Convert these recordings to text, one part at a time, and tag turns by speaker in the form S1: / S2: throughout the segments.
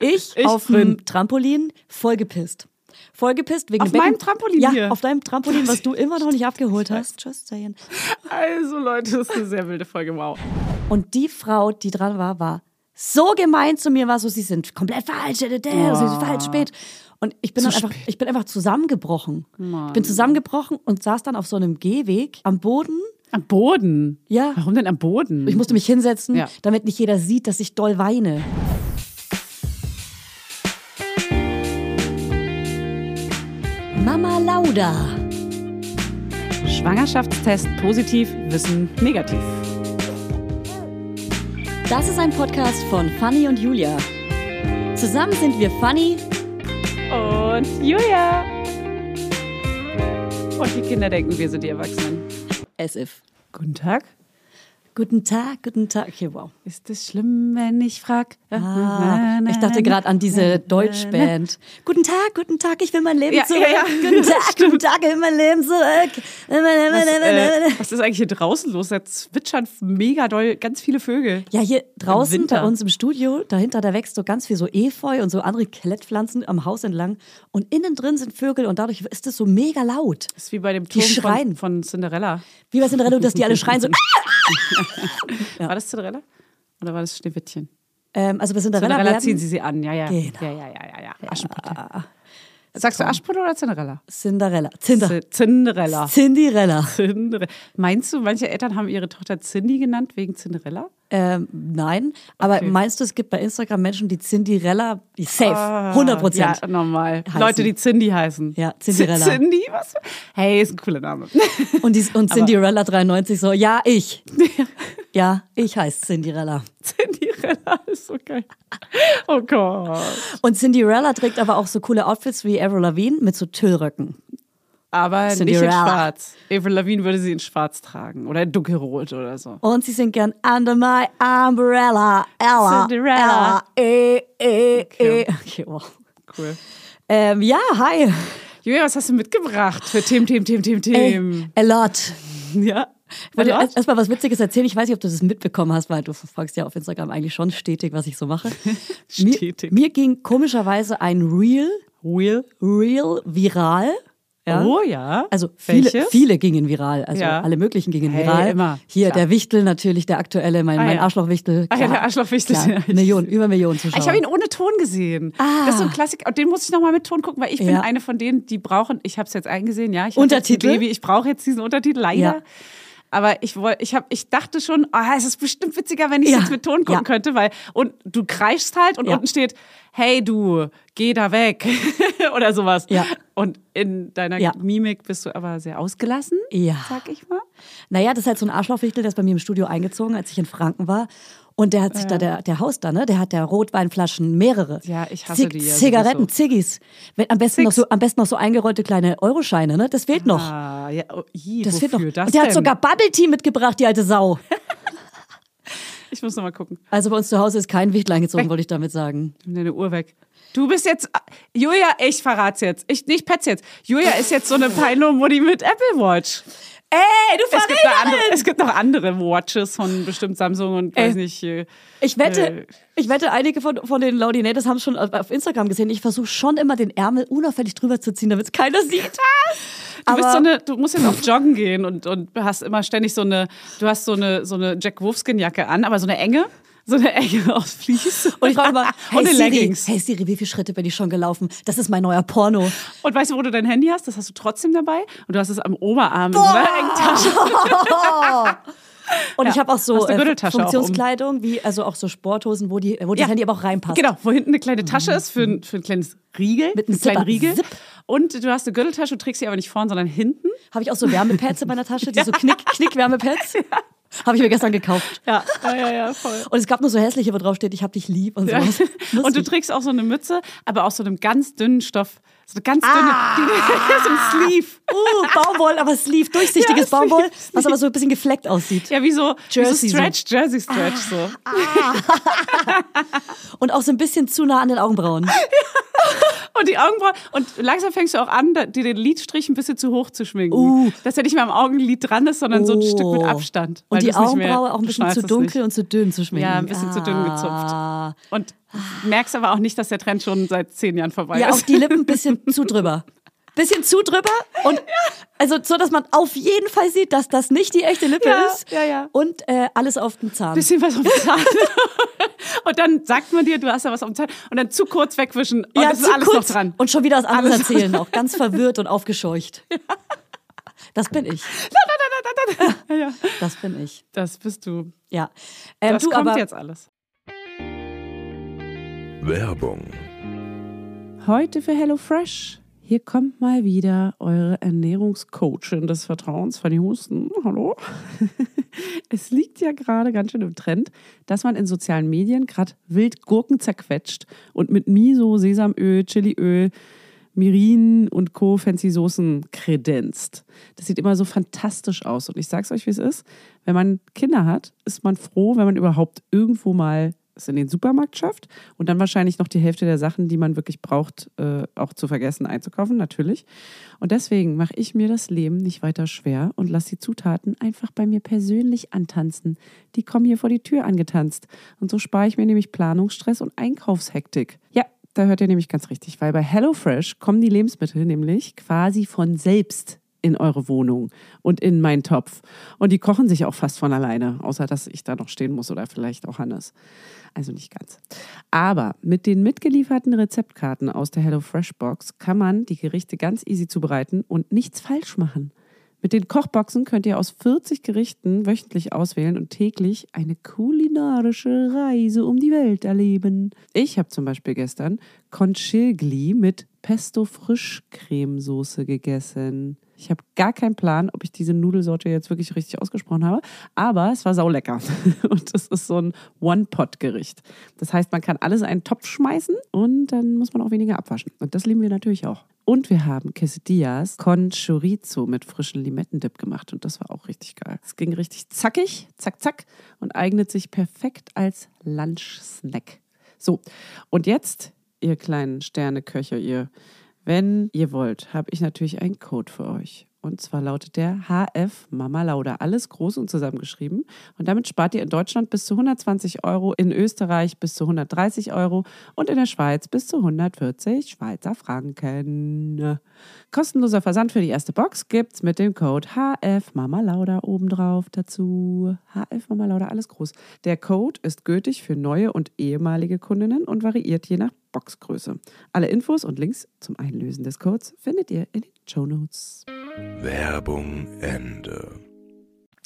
S1: Ich,
S2: Ich-
S1: auf dem Trampolin vollgepisst. Vollgepisst wegen
S2: Auf
S1: Becken-
S2: meinem Trampolin
S1: Ja,
S2: hier.
S1: auf deinem Trampolin, was du immer noch nicht abgeholt hast. Just saying.
S2: Also Leute, das ist eine sehr wilde Folge, wow.
S1: Und die Frau, die dran war, war so gemein zu mir, war so, sie sind komplett falsch, äh, äh, äh, sie sind falsch spät. Und ich bin, dann einfach, ich bin einfach zusammengebrochen. Ich bin zusammengebrochen und saß dann auf so einem Gehweg am Boden.
S2: Am Boden?
S1: Ja.
S2: Warum denn am Boden?
S1: Ich musste mich hinsetzen,
S2: Ja.
S1: damit nicht jeder sieht, dass ich doll weine. Mama Lauda.
S2: Schwangerschaftstest positiv, Wissen negativ.
S1: Das ist ein Podcast von Fanny und Julia. Zusammen sind wir Fanny
S2: Und Julia. Und die Kinder denken, wir sind die Erwachsenen.
S1: as if.
S2: Guten Tag.
S1: Guten Tag, guten Tag. Okay, wow.
S2: Ist es schlimm, wenn ich frag?
S1: Ah, ich dachte gerade an diese Deutschband. Guten Tag, guten Tag, ich will mein Leben
S2: Ja,
S1: zurück.
S2: ja, ja.
S1: Guten Tag, guten Tag, ich will mein Leben zurück.
S2: Was, äh, was ist eigentlich hier draußen los? Da zwitschern mega doll ganz viele Vögel.
S1: ja, hier draußen bei
S2: Winter.
S1: uns im Studio, dahinter, da wächst so ganz viel so Efeu und so andere Klettpflanzen am Haus entlang. Und innen drin sind Vögel und dadurch ist es so mega laut.
S2: Das ist wie bei dem
S1: Die
S2: Turm
S1: schreien.
S2: von, von Cinderella.
S1: Wie bei Cinderella, dass die alle schreien so. "Ah!"
S2: War das Cinderella? Oder war das Schneewittchen?
S1: Ähm, also bei Cinderella,
S2: Cinderella
S1: werden,
S2: ziehen sie sie an, ja, ja.
S1: Genau.
S2: Ja, ja, ja, ja, ja. Aschenputtel. Sagst du Aschenputtel oder Cinderella?
S1: Cinderella. Cinder.
S2: Z- Cinderella.
S1: Cinderella.
S2: Zindere. Meinst du, manche Eltern haben ihre Tochter Cindy genannt wegen Cinderella?
S1: Ähm, nein, aber meinst du, es gibt bei Instagram Menschen, die Cinderella, safe, 100 Prozent.
S2: Ah. Ja, normal.
S1: Heißen.
S2: Leute, die Cindy heißen.
S1: Ja, Cinderella.
S2: Z- Cindy, was? Hey, ist ein cooler Name.
S1: Und, die, und Cinderella 93 so, ja, ich. Ja, ich heiße Cinderella.
S2: Cinderella ist so geil. Oh Gott.
S1: Und Cinderella trägt aber auch so coole Outfits wie Avril Lavigne mit so Tüllröcken.
S2: Aber nicht in
S1: Cinderella.
S2: schwarz. Avril Lavigne würde sie in schwarz tragen. Oder in dunkelrot oder so.
S1: Und sie singt gern Under My Umbrella, Ella,
S2: Cinderella.
S1: Ella, eh, eh,
S2: Okay.
S1: eh. Okay, wow.
S2: Cool.
S1: Ähm, ja, hi.
S2: Julia, was hast du mitgebracht für Themen, Themen, Themen, Themen, Themen?
S1: Ey, a lot.
S2: Ja.
S1: Ich wollte
S2: Lord?
S1: erst- erstmal was Witziges erzählen. Ich weiß nicht, ob du das mitbekommen hast, weil du verfolgst ja auf Instagram eigentlich schon stetig, was ich so mache.
S2: Stetig.
S1: Mir, mir ging komischerweise ein Reel,
S2: Wheel.
S1: Reel viral. Ja?
S2: Oh ja.
S1: Also viele,
S2: Welches?
S1: viele gingen viral. Also
S2: Ja.
S1: alle möglichen gingen
S2: Hey,
S1: viral.
S2: immer.
S1: Hier
S2: Klar.
S1: der Wichtel natürlich, der aktuelle, mein,
S2: Ah,
S1: mein
S2: ja.
S1: Arschlochwichtel.
S2: Ah, ja,
S1: klar.
S2: der Arschlochwichtel.
S1: Klar. Millionen, über Millionen Zuschauer.
S2: Ich habe ihn ohne Ton gesehen.
S1: Ah.
S2: Das ist so ein Klassiker. Und den muss ich nochmal mit Ton gucken, weil ich bin
S1: Ja.
S2: eine von denen, die brauchen, ich habe es jetzt eingesehen, ja. Ich hab
S1: Untertitel?
S2: Jetzt ein Baby, ich brauche jetzt diesen Untertitel, leider.
S1: Ja.
S2: Aber ich, woll, ich, hab, ich dachte schon, ah, es ist bestimmt witziger, wenn ich
S1: Ja.
S2: jetzt mit Ton gucken
S1: Ja.
S2: könnte, weil und du kreischst halt und
S1: Ja.
S2: unten steht, hey du, geh da weg oder sowas.
S1: Ja.
S2: Und in deiner
S1: Ja.
S2: Mimik bist du aber sehr ausgelassen,
S1: Ja.
S2: sag ich mal.
S1: Naja, das ist halt so ein Arschlochwichtel, der ist bei mir im Studio eingezogen, als ich in Franken war. Und der hat sich da, der, der Haus da, ne? Der hat ja Rotweinflaschen, mehrere.
S2: Ja, ich hasse die ja
S1: Zigaretten,
S2: sowieso.
S1: Ziggis. Wenn- Am besten, noch
S2: Ziggs.
S1: so, am besten noch so eingerollte kleine Euroscheine, ne? Das fehlt noch.
S2: Ah, ja, oh, i,
S1: das
S2: wofür
S1: fehlt noch.
S2: das
S1: Und der
S2: denn?
S1: hat sogar Bubble Tea mitgebracht, die alte Sau.
S2: Ich muss nochmal gucken.
S1: Also bei uns zu Hause ist kein Wichtel
S2: Äh.
S1: eingezogen, wollte ich damit sagen.
S2: Nimm deine Uhr weg. Du bist jetzt. äh, Julia, ich verrat's jetzt. Ich nicht petz jetzt. Julia ist jetzt so eine Peino-Mutti mit Apple Watch.
S1: Ey, du
S2: Es gibt, noch andere, es gibt noch andere Watches von bestimmt Samsung und weiß nicht. äh,
S1: Ich wette,
S2: Äh.
S1: ich wette, einige von, von den Laudinators haben es schon auf- auf Instagram gesehen. Ich versuche schon immer den Ärmel unauffällig drüber zu ziehen, damit es keiner sieht.
S2: Du, bist so eine, du musst jetzt auf Joggen gehen und, und hast immer ständig so eine. Du hast so eine, so eine Jack Wolfskin-Jacke an, aber so eine enge. So eine enge aus Vlies.
S1: und ich frage immer, hey
S2: Ohne
S1: Siri,
S2: Leggings.
S1: hey Siri, wie viele Schritte bin ich schon gelaufen? Das ist mein neuer Porno.
S2: Und weißt du, wo du dein Handy hast? Das hast du trotzdem dabei. Und du hast es am Oberarm in so einer engen Tasche.
S1: Und ich habe auch so
S2: hast eine
S1: äh,
S2: Gürteltasche auch um.
S1: Funktionskleidung, wie also auch so Sporthosen, wo, die, wo das
S2: Ja.
S1: Handy aber auch reinpasst.
S2: Genau, wo hinten eine kleine Tasche ist für ein, für ein kleines Riegel.
S1: Mit
S2: für einen
S1: einem
S2: kleinen
S1: Zipper.
S2: Riegel.
S1: Zip.
S2: Und du hast eine Gürteltasche, du trägst sie aber nicht vorn, sondern hinten.
S1: Habe ich auch so Wärmepads in meiner Tasche, die so Knick, Knick-Wärmepads. Habe ich mir gestern gekauft.
S2: Ja, ja, ja, ja voll.
S1: Und es gab nur so hässliche, wo drauf steht, ich hab dich lieb und sowas.
S2: Und du
S1: Lustig.
S2: trägst auch so eine Mütze, aber aus so einem ganz dünnen Stoff. So eine ganz dünne,
S1: Ah!
S2: die, so ein Sleeve.
S1: Uh, Baumwoll, aber Sleeve,
S2: Ja,
S1: durchsichtiges
S2: Sleeve,
S1: Baumwoll, was aber so ein bisschen gefleckt aussieht.
S2: Ja, wie so,
S1: Jersey
S2: wie
S1: so.
S2: so Stretch, Jersey Stretch so.
S1: Und auch so ein bisschen zu nah an den Augenbrauen.
S2: Und die Augenbrauen. Und langsam fängst du auch an, da- dir den Lidstrich ein bisschen zu hoch zu schminken.
S1: Uh.
S2: Dass er nicht mehr am Augenlid dran ist, sondern so ein Stück mit
S1: Oh.
S2: Abstand. weil
S1: Und die
S2: du's nicht mehr-
S1: Augenbraue auch ein
S2: du
S1: bisschen zu
S2: schnallst es nicht.
S1: dunkel und zu dünn zu schminken.
S2: Ja, ein bisschen zu dünn
S1: Ah.
S2: gezupft. Und Merkst aber auch nicht, dass der Trend schon seit zehn Jahren vorbei
S1: Ja,
S2: ist.
S1: auch die Lippen ein bisschen zu drüber. Bisschen zu drüber und also so, dass man auf jeden Fall sieht, dass das nicht die echte Lippe
S2: Ja,
S1: ist.
S2: ja, ja.
S1: Und äh, alles auf dem Zahn.
S2: bisschen was auf dem Zahn. und dann sagt man dir, du hast da was auf dem Zahn. Und dann zu kurz wegwischen. Und es oh, ist
S1: zu
S2: alles
S1: kurz
S2: noch dran.
S1: Und schon wieder das andere
S2: Alles-
S1: erzählen, auch ganz verwirrt und aufgescheucht. Das bin ich.
S2: Ja, ja.
S1: Das bin ich.
S2: Das bist du.
S1: Ja. Ähm,
S2: Das
S1: du,
S2: kommt
S1: aber
S2: jetzt alles.
S3: Werbung.
S2: Heute für HelloFresh. Hier kommt mal wieder eure Ernährungscoachin des Vertrauens, Fanny Husten. Hallo. es liegt ja gerade ganz schön im Trend, dass man in sozialen Medien gerade wild Gurken zerquetscht und mit Miso, Sesamöl, Chiliöl, Mirin und Co. fancy Soßen kredenzt. Das sieht immer so fantastisch aus. Und ich sag's euch, wie es ist. Wenn man Kinder hat, ist man froh, wenn man überhaupt irgendwo mal es in den Supermarkt schafft und dann wahrscheinlich noch die Hälfte der Sachen, die man wirklich braucht, äh, auch zu vergessen einzukaufen, natürlich. Und deswegen mache ich mir das Leben nicht weiter schwer und lasse die Zutaten einfach bei mir persönlich antanzen. Die kommen hier vor die Tür angetanzt. Und so spare ich mir nämlich Planungsstress und Einkaufshektik. Ja, da hört ihr nämlich ganz richtig, weil bei HelloFresh kommen die Lebensmittel nämlich quasi von selbst in eure Wohnung und in meinen Topf. Und die kochen sich auch fast von alleine, außer dass ich da noch stehen muss oder vielleicht auch Hannes. Also nicht ganz. Aber mit den mitgelieferten Rezeptkarten aus der HelloFresh Box kann man die Gerichte ganz easy zubereiten und nichts falsch machen. Mit den Kochboxen könnt ihr aus 40 Gerichten wöchentlich auswählen und täglich eine kulinarische Reise um die Welt erleben. Ich habe zum Beispiel gestern Conchigli mit Pesto Frischcremesoße gegessen. Ich habe gar keinen Plan, ob ich diese Nudelsorte jetzt wirklich richtig ausgesprochen habe, aber es war saulecker. Und es ist so ein One-Pot-Gericht. Das heißt, man kann alles in einen Topf schmeißen und dann muss man auch weniger abwaschen. Und das lieben wir natürlich auch. Und wir haben Quesadillas con Chorizo mit frischen Limettendip gemacht. Und das war auch richtig geil. Es ging richtig zackig, zack, zack. Und eignet sich perfekt als Lunch-Snack. So, und jetzt, ihr kleinen Sterneköche, ihr, wenn ihr wollt, habe ich natürlich einen Code für euch. Und zwar lautet der HF Mama Lauda. Alles groß und zusammengeschrieben. Und damit spart ihr in Deutschland bis zu 120 Euro, in Österreich bis zu 130 Euro und in der Schweiz bis zu 140 Schweizer Franken. Kostenloser Versand für die erste Box gibt's mit dem Code HF Mama Lauda obendrauf dazu. HF Mama Lauda, alles groß. Der Code ist gültig für neue und ehemalige Kundinnen und variiert je nach Boxgröße. Alle Infos und Links zum Einlösen des Codes findet ihr in den Show Notes.
S3: Werbung Ende.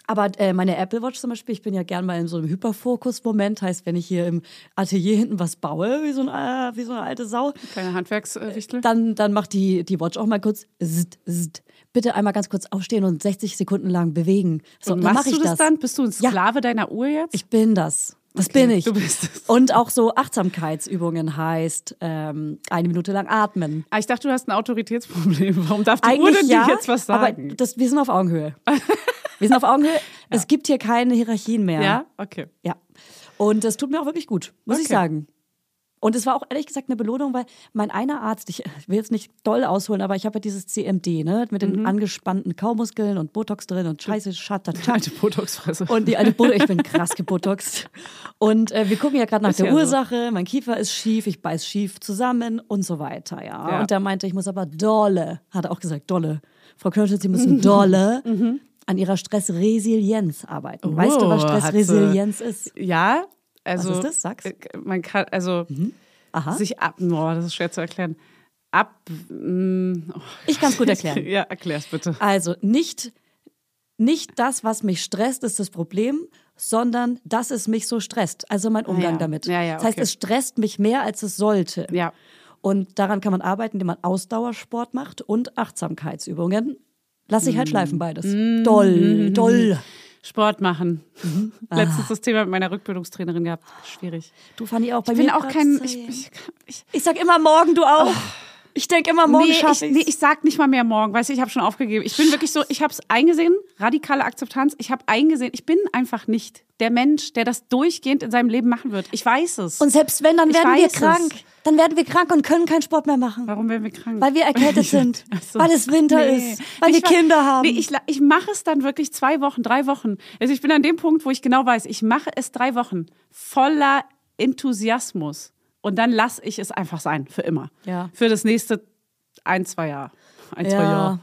S1: Aber äh, meine Apple Watch zum Beispiel, ich bin ja gern mal in so einem Hyperfokus-Moment. Heißt, wenn ich hier im Atelier hinten was baue, wie so, ein, äh, wie so eine alte Sau,
S2: Kleine Handwerkswichtel.
S1: dann, dann macht die, die Watch auch mal kurz zzt, zzt. Bitte einmal ganz kurz aufstehen und 60 Sekunden lang bewegen. So,
S2: und
S1: dann
S2: machst
S1: mache ich
S2: du das,
S1: das.
S2: dann? Bist du ein
S1: Ja.
S2: Sklave deiner Uhr jetzt?
S1: Ich bin das. Das bin ich.
S2: du bist es.
S1: Und auch so Achtsamkeitsübungen heißt ähm, eine Minute lang atmen.
S2: Ah, ich dachte, du hast ein Autoritätsproblem. Warum darf die Uhr
S1: Eigentlich
S2: denn
S1: ja,
S2: dir jetzt was
S1: aber
S2: sagen?
S1: das, wir sind auf Augenhöhe. Wir sind auf Augenhöhe. Es gibt hier keine Hierarchien mehr.
S2: ja, okay.
S1: Ja. Und das tut mir auch wirklich gut, muss ich
S2: Okay.
S1: sagen. Und es war auch ehrlich gesagt eine Belohnung, weil mein einer Arzt, ich will jetzt nicht doll ausholen, aber ich habe ja dieses CMD, ne, mit
S2: Mhm.
S1: den angespannten Kaumuskeln und Botox drin und Scheiße, Schatter,
S2: Alte Botoxfresse.
S1: und die alte Botox, ich bin krass gebotoxt. Und äh, wir gucken ja gerade nach
S2: Ist
S1: der
S2: ja so.
S1: Ursache. Mein Kiefer ist schief, ich beiß schief zusammen und so weiter, ja.
S2: Ja.
S1: Und der meinte, ich muss aber dolle, hat er auch gesagt, dolle. Frau Knöchel, Sie müssen dolle an Ihrer Stressresilienz arbeiten. weißt du, was
S2: Mhm. Oh, hat sie-
S1: Stressresilienz ist?
S2: ja, also.
S1: Was ist das? Sag's. Mhm,
S2: äh, Man kann, also,
S1: Aha.
S2: sich ab. Boah, das ist schwer zu erklären. Ab. mm, oh.
S1: Ich kann's gut erklären.
S2: ja, erklär's bitte.
S1: Also nicht, nicht das, was mich stresst, ist das Problem, sondern dass es mich so stresst. Also mein Umgang
S2: Ah ja.
S1: damit.
S2: Ja, ja,
S1: das heißt,
S2: okay.
S1: es stresst mich mehr, als es sollte.
S2: Ja.
S1: Und daran kann man arbeiten, indem man Ausdauersport macht und Achtsamkeitsübungen. Lass ich halt
S2: Mm.
S1: schleifen beides. Doll, doll.
S2: Sport machen.
S1: Mhm. Ah.
S2: Letztens das Thema mit meiner Rückbildungstrainerin gehabt. Schwierig.
S1: Du Fanny auch bei
S2: Ich bin
S1: mir
S2: auch
S1: grad
S2: kein.
S1: so-
S2: Ich, ich, ich,
S1: ich sag immer morgen, du auch. Ich denk immer morgen
S2: Oh. nee, ich,
S1: schaff ich's.
S2: nee, ich sag nicht mal mehr morgen. Weißt du, ich habe schon aufgegeben. Ich bin wirklich so, ich habe es eingesehen, radikale Akzeptanz. Ich habe eingesehen, ich bin einfach nicht der Mensch, der das durchgehend in seinem Leben machen wird. Ich weiß es.
S1: und selbst wenn, dann
S2: Ich
S1: werden wir
S2: weiß es.
S1: krank. Dann werden wir krank und können keinen Sport mehr machen.
S2: Warum werden wir krank?
S1: Weil wir erkältet sind, weil es Winter ist, weil wir
S2: wa-
S1: Kinder haben.
S2: Nee, ich la- ich mache es dann wirklich zwei Wochen, drei Wochen. Also ich bin an dem Punkt, wo ich genau weiß, ich mache es drei Wochen voller Enthusiasmus. Und dann lasse ich es einfach sein, für immer.
S1: Ja.
S2: Für das nächste ein, zwei Jahre. Ein, zwei
S1: Ja.
S2: Jahre.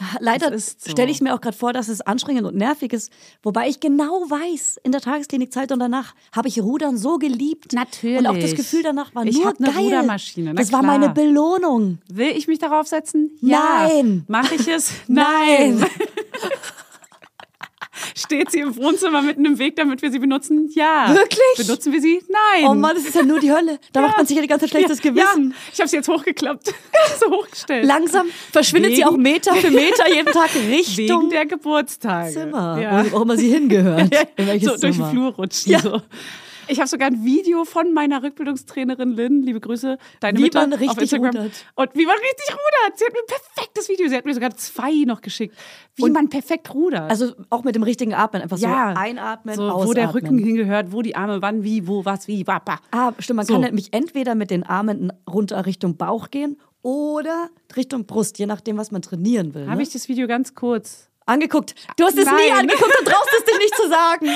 S1: Ja, Leider
S2: Das ist so.
S1: stelle ich mir auch gerade vor, dass es anstrengend und nervig ist. Wobei ich genau weiß, in der Tagesklinik Zeit und danach habe ich Rudern so geliebt.
S2: Natürlich.
S1: Und auch das Gefühl danach war
S2: Ich
S1: nur
S2: hab eine
S1: geil.
S2: Rudermaschine, na
S1: das war
S2: klar.
S1: meine Belohnung.
S2: Will ich mich darauf setzen?
S1: Nein.
S2: Mache ich es?
S1: Nein.
S2: Steht sie im Wohnzimmer mitten im Weg, damit wir sie benutzen? Ja.
S1: Wirklich?
S2: Benutzen wir sie? Nein.
S1: Oh Mann, das ist ja nur die Hölle. Da macht man sich ja die ganze Zeit schlechtes Gewissen.
S2: Ja, ich habe sie jetzt hochgeklappt, so hochgestellt.
S1: Langsam verschwindet sie
S2: Wegen-
S1: auch Meter für Meter jeden Tag
S2: Wegen
S1: Richtung
S2: der Geburtstage.
S1: Zimmer,
S2: Ja.
S1: wo auch immer sie hingehört. In welches
S2: so durch den
S1: Zimmer.
S2: Flur rutschen. So. Ich habe sogar ein Video von meiner Rückbildungstrainerin Lynn, liebe Grüße, deine
S1: Wie
S2: Mutter
S1: man richtig
S2: auf Instagram.
S1: rudert.
S2: Und wie man richtig rudert. Sie hat mir ein perfektes Video, sie hat mir sogar zwei noch geschickt, wie man perfekt rudert.
S1: Also auch mit dem richtigen Atmen. Einfach
S2: ja,
S1: so einatmen,
S2: so,
S1: ausatmen.
S2: wo der Rücken hingehört, wo die Arme, wann, wie, wo, was, wie, wapa.
S1: Ah, stimmt, man
S2: So.
S1: kann nämlich entweder mit den Armen runter Richtung Bauch gehen oder Richtung Brust, je nachdem, was man trainieren will.
S2: Habe
S1: ne?
S2: ich das Video ganz kurz.
S1: angeguckt? Du hast es nie
S2: Nein.
S1: angeguckt und traust es dich nicht zu sagen.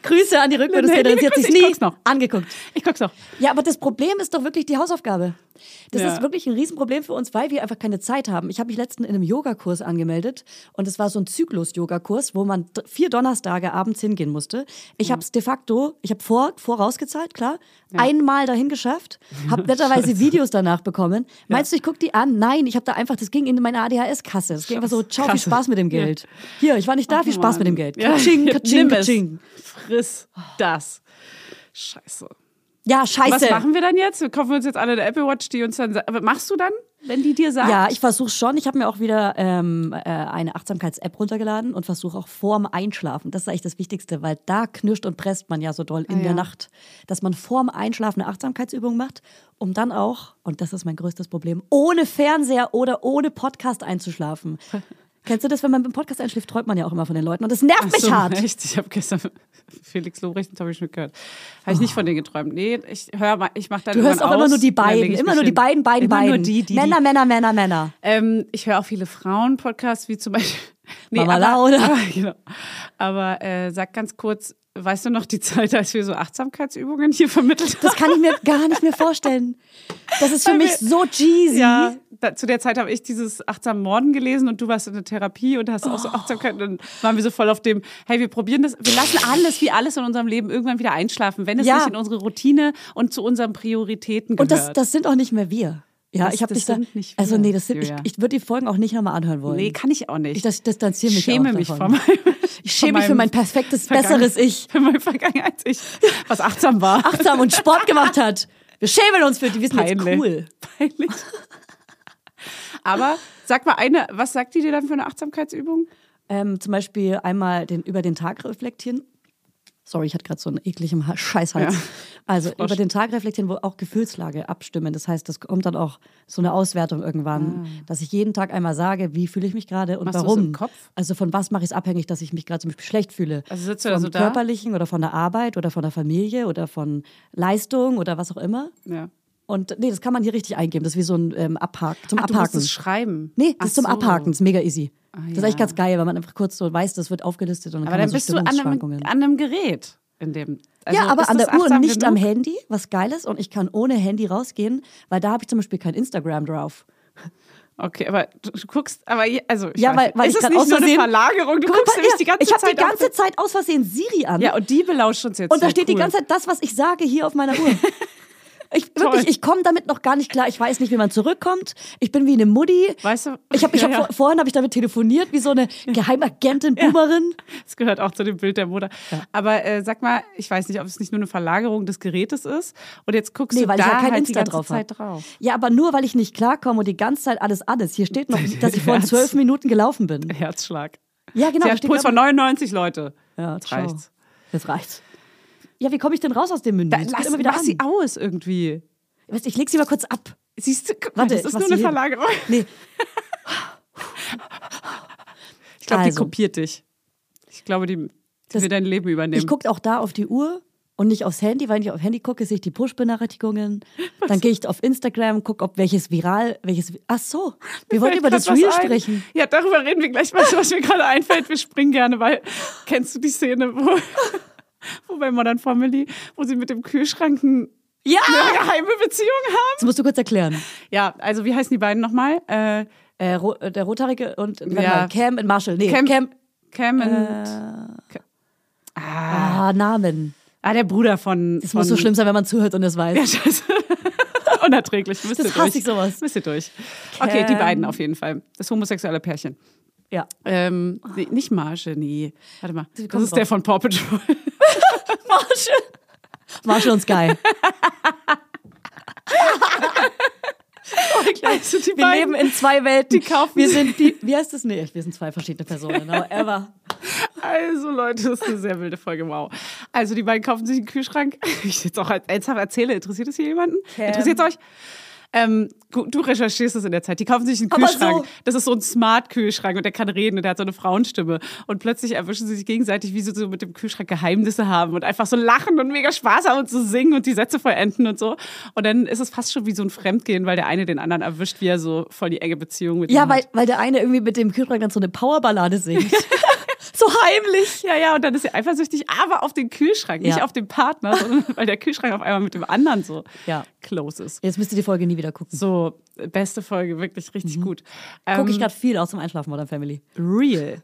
S1: Grüße an die
S2: Nee,
S1: Rückbildungsrede,
S2: liebe
S1: sie hat sich
S2: Grüße, ich
S1: nie
S2: guck's noch.
S1: angeguckt.
S2: Ich guck's noch.
S1: Ja, aber das Problem ist doch wirklich die Hausaufgabe. Das
S2: Ja.
S1: ist wirklich ein Riesenproblem für uns, weil wir einfach keine Zeit haben. Ich habe mich letztens in einem Yogakurs angemeldet und es war so ein Zyklus-Yogakurs, wo man d- vier Donnerstage abends hingehen musste. Ich habe es de facto, ich habe vor, vorausgezahlt, klar, einmal dahin geschafft, habe netterweise Videos danach bekommen. Meinst du, ich gucke die an? Nein, ich habe da einfach, das ging in meine ADHS-Kasse. Es ging einfach so, ciao, viel
S2: Kasse.
S1: Spaß mit dem Geld. Hier, ich war nicht da, viel Spaß mit dem Geld.
S2: Ja.
S1: Katsching,
S2: Ja,
S1: katsching,
S2: nimm es.
S1: katsching.
S2: Friss das. Scheiße.
S1: Ja, scheiße.
S2: Was machen wir dann jetzt? Wir kaufen uns jetzt alle eine Apple Watch, die uns dann sa- Aber machst du dann, wenn die dir sagt?
S1: Ja, ich versuche schon. Ich habe mir auch wieder ähm, äh, eine Achtsamkeits-App runtergeladen und versuche auch vorm Einschlafen. Das ist eigentlich das Wichtigste, weil da knirscht und presst man ja so doll in
S2: Ah,
S1: der
S2: ja.
S1: Nacht, dass man vorm Einschlafen eine Achtsamkeitsübung macht, um dann auch, und das ist mein größtes Problem, ohne Fernseher oder ohne Podcast einzuschlafen. Kennst du das, wenn man mit dem Podcast einschläft, träumt man ja auch immer von den Leuten und das nervt mich
S2: so,
S1: hart.
S2: Echt? Ich habe gestern Felix Lobrecht, das habe ich schon gehört. Habe ich nicht von denen geträumt. Nee, ich höre mal, ich mache
S1: Ah.
S2: dann
S1: Du hörst auch immer nur die beiden, immer nur die beiden, beiden,
S2: immer
S1: beiden.
S2: Nur die, die,
S1: Männer, Männer, Männer, Männer.
S2: Ähm, ich höre auch viele Frauen-Podcasts, wie zum Beispiel.
S1: Mama Lauda.
S2: Aber, genau. aber äh, sag ganz kurz, weißt du noch die Zeit, als wir so Achtsamkeitsübungen hier vermittelt haben?
S1: Das kann ich mir gar nicht mehr vorstellen. Das ist für mich so cheesy.
S2: Ja, da, zu der Zeit habe ich dieses achtsam Morden gelesen und du warst in der Therapie und hast
S1: Oh.
S2: auch so Achtsamkeit und dann waren wir so voll auf dem, hey, wir probieren das, wir lassen alles wie alles in unserem Leben irgendwann wieder einschlafen, wenn es
S1: Ja.
S2: nicht in unsere Routine und zu unseren Prioritäten
S1: Und
S2: gehört.
S1: das, das sind auch nicht mehr wir. Ja,
S2: Das-
S1: ich habe
S2: das
S1: dich da.
S2: sind nicht wir,
S1: also nee, das sind, ich,
S2: Julia.
S1: ich würde die Folgen auch nicht nochmal anhören wollen.
S2: nee, kann ich auch nicht.
S1: ich das, distanziere mich
S2: schäme
S1: auch
S2: mich von
S1: davon.
S2: meinem,
S1: Ich schäme mich für mein perfektes, besseres Ich.
S2: Für mein vergangenes Ich, was achtsam war.
S1: Achtsam und Sport gemacht hat. Wir schämen uns für die. Wir sind jetzt
S2: Peinlich.
S1: cool.
S2: Peinlich. Aber sag mal eine, was sagt die dir dann für eine Achtsamkeitsübung?
S1: Ähm, zum Beispiel einmal den, über den Tag reflektieren. Sorry, ich hatte gerade so einen ekligen Ha- Scheißhals.
S2: Ja.
S1: Also
S2: Frosch.
S1: über den Tag reflektieren, wo auch Gefühlslage abstimmen. Das heißt, das kommt dann auch so eine Auswertung irgendwann, dass ich jeden Tag einmal sage, wie fühle ich mich gerade und
S2: Ah. Machst du's
S1: warum.
S2: im Kopf?
S1: Also von was mache ich es abhängig, dass ich mich gerade zum Beispiel schlecht fühle.
S2: Also sitzt du
S1: vom
S2: da so da?
S1: körperlichen oder von der Arbeit oder von der Familie oder von Leistung oder was auch immer.
S2: Ja.
S1: Und nee, das kann man hier richtig eingeben. Das ist wie so ein ähm, Abhaken. Zum
S2: Ach, Ah, du
S1: Abhaken.
S2: musst es schreiben.
S1: Nee, das
S2: Ach
S1: ist zum
S2: so.
S1: Abhaken, das ist mega easy.
S2: Ah,
S1: das ist eigentlich
S2: ja.
S1: ganz geil, weil man einfach kurz so weiß, das wird aufgelistet und dann
S2: Aber
S1: kann
S2: dann
S1: man
S2: bist
S1: so
S2: du an einem,
S1: Stimmungsschwankungen.
S2: an einem Gerät. In dem, also
S1: ja, aber
S2: ist
S1: an
S2: das
S1: der Uhr und
S2: achtsam
S1: nicht am
S2: genug?
S1: Handy, was geil ist. Und ich kann ohne Handy rausgehen, weil da habe ich zum Beispiel kein Instagram drauf.
S2: Okay, aber du, du guckst, aber je- also ich
S1: Ja,
S2: weiß
S1: weil-
S2: nicht.
S1: weil
S2: ist
S1: ich
S2: es
S1: grad
S2: nicht
S1: aus
S2: nur eine
S1: Versehen-
S2: Verlagerung? Du guckst
S1: mal,
S2: nämlich
S1: ja,
S2: die ganze
S1: ich habe die
S2: Zeit auf-
S1: ganze Zeit aus Versehen Siri an.
S2: Ja, und die belauscht uns jetzt.
S1: und da
S2: Ja,
S1: steht die
S2: cool.
S1: ganze Zeit das, was ich sage, hier auf meiner Uhr. Ich, wirklich, ich komme damit noch gar nicht klar. Ich weiß nicht, wie man zurückkommt. Ich bin wie eine Mutti.
S2: Weißt du?
S1: Ich hab, ich
S2: Ja,
S1: hab,
S2: ja.
S1: vor, vorhin habe ich damit telefoniert, wie so eine Geheimagentin, Boomerin.
S2: Das gehört auch zu dem Bild der Mutter. Aber äh, sag mal, ich weiß nicht, ob es nicht nur eine Verlagerung des Gerätes ist. Und jetzt guckst
S1: Nee,
S2: du
S1: weil
S2: da
S1: ich ja kein
S2: halt die
S1: Insta
S2: ganze
S1: drauf habe.
S2: Zeit drauf.
S1: Ja, aber nur, weil ich nicht klarkomme und die ganze Zeit alles alles. Hier steht noch, dass ich vor zwölf Minuten gelaufen bin.
S2: Herzschlag.
S1: Ja, genau.
S2: Sie
S1: da
S2: hat
S1: steht
S2: Puls
S1: glaub-
S2: von 99, Leute.
S1: ja,
S2: Jetzt
S1: ciao.
S2: reicht's.
S1: Das reicht's. Ja, wie komme ich denn raus aus dem Menü?
S2: Da,
S1: Das geht
S2: lass,
S1: immer wieder
S2: mach
S1: an.
S2: sie aus irgendwie.
S1: Weißt du, Ich leg sie mal kurz ab.
S2: Siehst du, guck mal,
S1: Warte,
S2: das
S1: ich
S2: ist
S1: mach
S2: nur
S1: sie
S2: eine
S1: hin.
S2: Verlagerung.
S1: Nee,
S2: Ich glaube, die
S1: Also.
S2: kopiert dich. Ich glaube, die, die
S1: Das-
S2: will dein Leben übernehmen.
S1: ich gucke auch da auf die Uhr und nicht aufs Handy, weil wenn ich auf Handy gucke, sehe ich die Push-Benachrichtigungen. Dann gehe ich auf Instagram, gucke, ob welches viral, welches. Ach so, wir wollten
S2: Fällt
S1: über
S2: grad
S1: das
S2: was
S1: Reel
S2: ein.
S1: sprechen.
S2: Ja, darüber reden wir gleich mal, was mir gerade einfällt. Wir springen gerne, weil kennst du die Szene, wo, wo bei Modern Family, wo sie mit dem Kühlschrank einen
S1: Ja!
S2: eine geheime Beziehung haben.
S1: Das musst du kurz erklären.
S2: Ja, also wie heißen die beiden nochmal? Äh,
S1: Äh, Ro äh, der Rothaarige und warte
S2: Ja.
S1: mal, Cam und Marshall. Nee,
S2: Cam,
S1: Cam.
S2: Cam, und,
S1: äh, ah, Namen.
S2: ah, der Bruder von.
S1: Das
S2: von,
S1: muss so schlimm sein, wenn man zuhört und es weiß.
S2: Ja, scheiße. Unerträglich. Müsst
S1: Das
S2: ihr
S1: hasse
S2: durch.
S1: ich sowas.
S2: Müsst ihr durch. Okay, die
S1: Cam.
S2: beiden auf jeden Fall. Das homosexuelle Pärchen.
S1: Ja.
S2: Ähm, nee, nicht Marge, nee. Warte mal.
S1: Sie
S2: Das
S1: kommt
S2: ist der
S1: drauf.
S2: von Paw Patrol.
S1: Marshall. Marshall und Sky.
S2: Also die
S1: Wir
S2: beiden.
S1: leben in zwei Welten.
S2: Die kaufen
S1: wir
S2: sie-
S1: sind die, wie heißt das? Nee, wir sind zwei verschiedene Personen. However.
S2: Also Leute, das ist eine sehr wilde Folge, wow. Also die beiden kaufen sich einen Kühlschrank. Ich jetzt auch ernsthaft erzähle, interessiert es hier jemanden? Interessiert es euch? Ähm, gu- du recherchierst es in der Zeit. Die kaufen sich einen
S1: Aber
S2: Kühlschrank.
S1: so-
S2: Das ist so ein Smart-Kühlschrank und der kann reden und der hat so eine Frauenstimme. Und plötzlich erwischen sie sich gegenseitig, wie sie so mit dem Kühlschrank Geheimnisse haben und einfach so lachen und mega Spaß haben und so singen und die Sätze vollenden und so. Und dann ist es fast schon wie so ein Fremdgehen, weil der eine den anderen erwischt, wie er so voll die enge Beziehung mit
S1: Ja,
S2: ihm hat.
S1: weil, weil der eine irgendwie mit dem Kühlschrank dann so eine Powerballade singt. so heimlich.
S2: Ja, ja, und dann ist sie eifersüchtig, aber auf den Kühlschrank, nicht
S1: Ja.
S2: auf den Partner, sondern weil der Kühlschrank auf einmal mit dem anderen so
S1: Ja.
S2: close ist.
S1: Jetzt müsst ihr die Folge nie wieder gucken.
S2: So, beste Folge, wirklich richtig gut. Ähm,
S1: Gucke Mhm. ich gerade viel aus dem Einschlafen Modern Family.
S2: real.